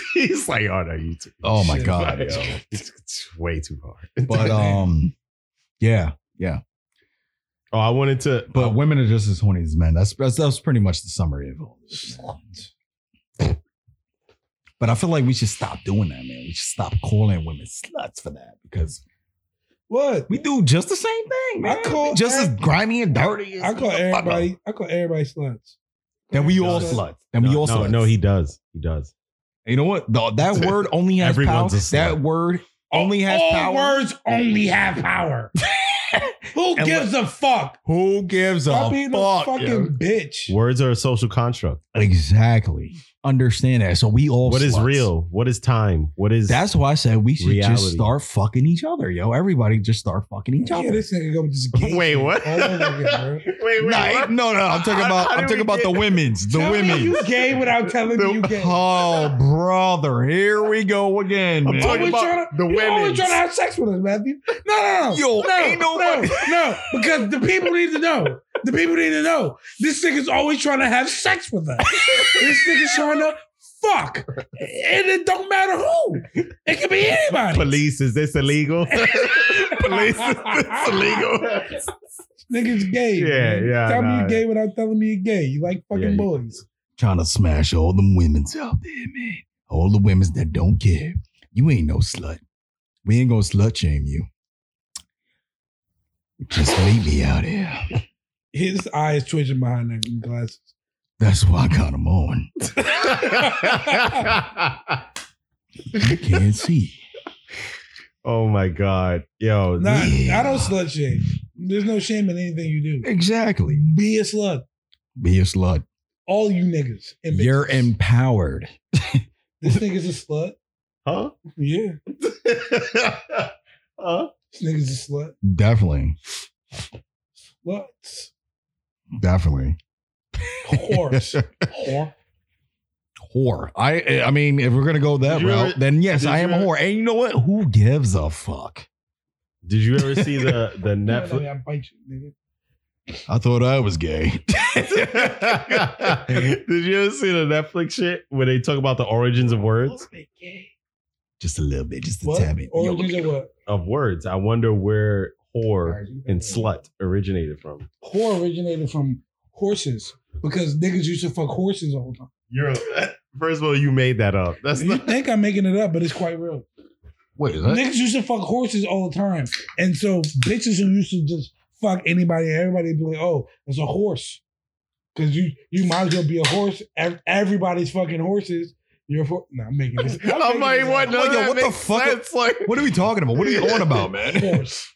He's like, oh no, you too. Oh my Shit. god. Yo, yo. it's, it's way too hard. But um, yeah. Oh, I wanted to. But women are just as horny as men. That's that's, that's pretty much the summary of all this. man. But I feel like we should stop doing that, man. We should stop calling women sluts for that because what? we do just the same thing, man. I call just as every- grimy and dirty as I call motherfucker. everybody. I call everybody sluts. Then we No, all no. sluts. Then no, we all no, sluts. no, he does. He does. You know what? The- that word only has power. Everyone's a slut. That word only has All power. words only have power. Who And gives a fuck? Who gives Stop a being fuck? a fucking yo? bitch. Words are a social construct. Exactly. understand that. So we all What is sluts. real? What is time? What is That's why I said we should just Reality. start fucking each other, yo. Everybody just start fucking each Yeah, other. this nigga go with this gay Wait, shit what? All over again, bro. wait, wait, Nah, ain't- what? no, no, I'm talking How- about how I'm did talking we about get- the women's, the Tell me women. you gay without telling me you gay. Oh, brother, here we go again. I'm man. talking always about trying to, the you always women's. Oh, trying to have sex with us, Matthew. No, no, no. Yo, no, ain't nobody- No, no, because the people need to know. The people need to know. This nigga's always trying to have sex with us. this nigga's trying to fuck. And it don't matter who. It could be anybody. Police, is this illegal? Police, is this illegal? Nigga's gay. Yeah, man. yeah, Tell me nah. you're gay without telling me you're gay. You like fucking Yeah, you- boys. Trying to smash all them women's out there, man. All the women's that don't care. You ain't no slut. We ain't gonna slut shame you. Just meet me out here. His eye is twitching behind that glasses. That's why I got them on. You can't see. oh my god, yo, Nah, Yeah. I don't slut shame. There's no shame in anything you do. Exactly. Be a slut. Be a slut. All you niggas. and bitches. You're empowered. This nigga's a slut. huh? Yeah. huh? This nigga's a slut. Definitely. Sluts. Definitely. Whores. Whore. Whore. I I mean, if we're gonna go that Did you route, ever- then yes, did I you am a ever- whore. And you know what? Who gives a fuck? Did you ever see the the Netflix. Netflix? I bite you, I thought I was gay. Did you ever see the Netflix shit where they talk about the origins of words? nigga. just a little bit, just a What? tad bit. Yo, Origins of what? Of words, I wonder where whore and slut originated from. Whore originated from horses because niggas used to fuck horses all the time. You're first of all, you made that up. That's You not think I'm making it up, but it's quite real. Wait, is that? Niggas used to fuck horses all the time. And so bitches who used to just fuck anybody and everybody be like, oh, it's a horse. Cause you you might as well be a horse. Ev- Everybody's fucking horses. You're for nah, I'm making this. I'm, I'm making this like, what? up. No, Like, yo, that what the makes fuck? sense. Like, What are we talking about? What are we on about, man? Horse.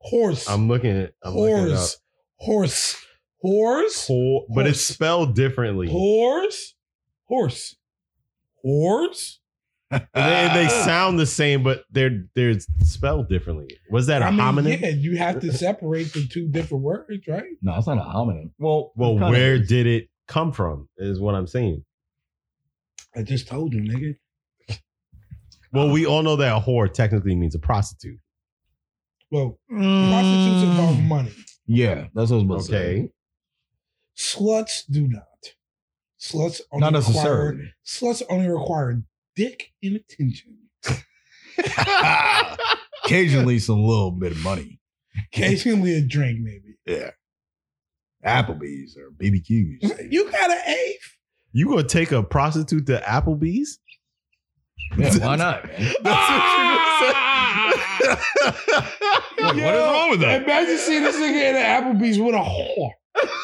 Horse. I'm looking at I'm looking it up. horse. Horse. Horse. Whore- but it's Horse. spelled differently. Horse. Horse. Horse. And they, they Ah. Ah. sound the same, but they're they're spelled differently. Was that a I mean, homonym? yeah, you have to separate the two different words, right? No, it's not a homonym. Well, well, kinda where is. did it come from? Is what I'm saying. I just told you, nigga. Well, we all know that a whore technically means a prostitute. Well, prostitutes involve money. Yeah, that's what I was about to say. Okay, Sluts do not. Sluts only Not Require, necessarily. sluts only require dick and attention. Occasionally, some little bit of money. Occasionally a drink, maybe. Applebee's or BBQs. You got an A. you gonna take a prostitute to Applebee's? Yeah, why not, man? That's what you Like, what is wrong with that? Imagine seeing this nigga in an Applebee's with a whore.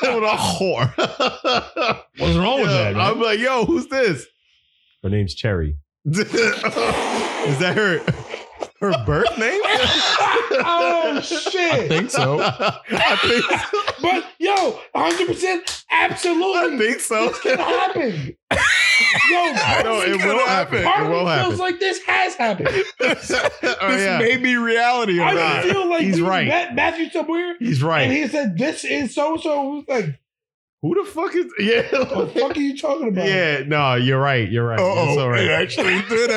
What a whore. What's wrong with Yeah, that? I'm Man? like, yo, who's this? Her name's Cherry. Is that her her birth name? oh I shit! think so. I think but yo, 100, percent I absolutely, think so. this can happen. Yo, No, it gonna will happen. Part It of will me happen. feels like this has happened. Oh, this yeah. may be reality. Or I not. feel like He's we right. met Matthew somewhere, He's and right. he said, "This is so so." We was like, Who the fuck is yeah? "What the fuck are you talking about?" Yeah, no, you're right. You're right. It's all right. actually did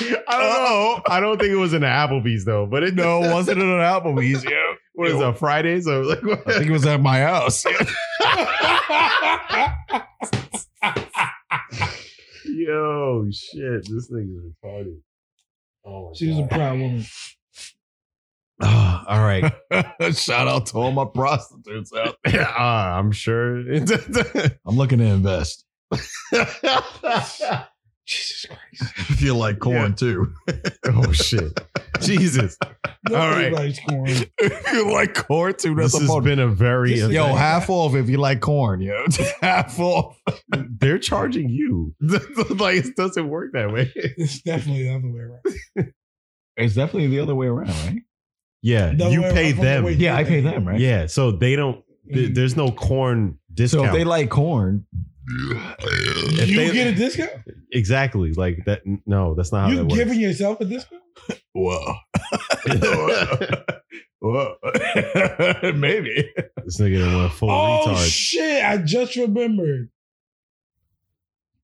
I don't know. I don't think it was in the Applebee's though, but it No, it wasn't it an Applebee's? Yeah. what is that Fridays or like what? I think it was at my house. yo shit, this thing is retarded. Oh, my she was a God. proud woman. Ah, all right. Shout out to all my prostitutes out. Ah, I'm sure. I'm looking to invest. oh Jesus Christ! I feel like corn too. Oh, shit, Jesus! Nobody right. likes corn. if you like corn too, This has about- been a very This is- Yo, event- half off if you like corn. Yo, half off. they're charging you. like it doesn't work that way. It's definitely the other way around. It's definitely the other way around, right? Yeah, The other you way pay around from the way them. you Yeah, I did pay it. them, right? Yeah, so they don't. th- Mm. there's no corn discount. So if they like corn, If you they- get a discount? Exactly. Like that. No, that's not how You that giving yourself a discount? Whoa. works. Whoa. Maybe. this nigga done went full oh retard. shit! I just remembered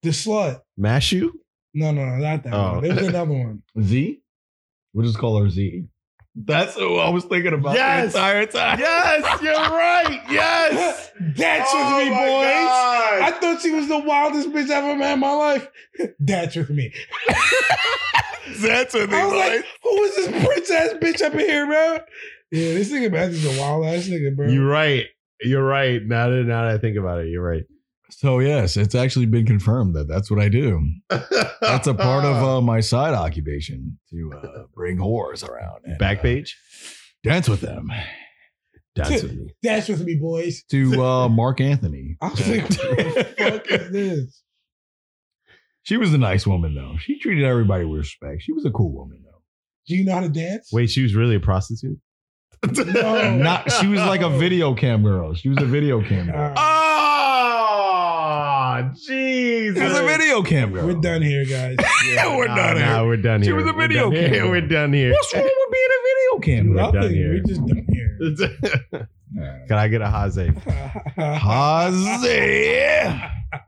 the slut. Mash you? No, no, no, not that Oh. one. It was another one. Z? We'll just call her Z. That's who I was thinking about Yes. the entire time. Yes, you're right. That's Oh with me, boys. I thought she was the wildest bitch I've ever had in my life. That's with me. That's what I was like, who is this princess bitch up in here, bro? Yeah, this nigga Matthew's a wild ass nigga, bro. You're right. You're right. Now that now that I think about it, you're right. So yes, it's actually been confirmed that that's what I do. That's a part of uh, my side occupation to uh, bring whores around and back uh, page. dance with them. Dance with me. That's with me, boys. To uh, Mark Anthony, I was like, what the fuck is this? she was a nice woman though. She treated everybody with respect. She was a cool woman though. Do you know how to dance? Wait, she was really a prostitute? No. Not she was like a video cam girl. She was a video cam girl. Alright, Oh, She Jesus. was a video cam girl. Oh. we're done here, guys. Yeah, we're Nah, done nah, here. we're done She here. was a We're done video here. camera. We're done here. What's wrong with being a video cam girl? We're done Nothing. here. We're just done here. Can I get a Jose? Hazy.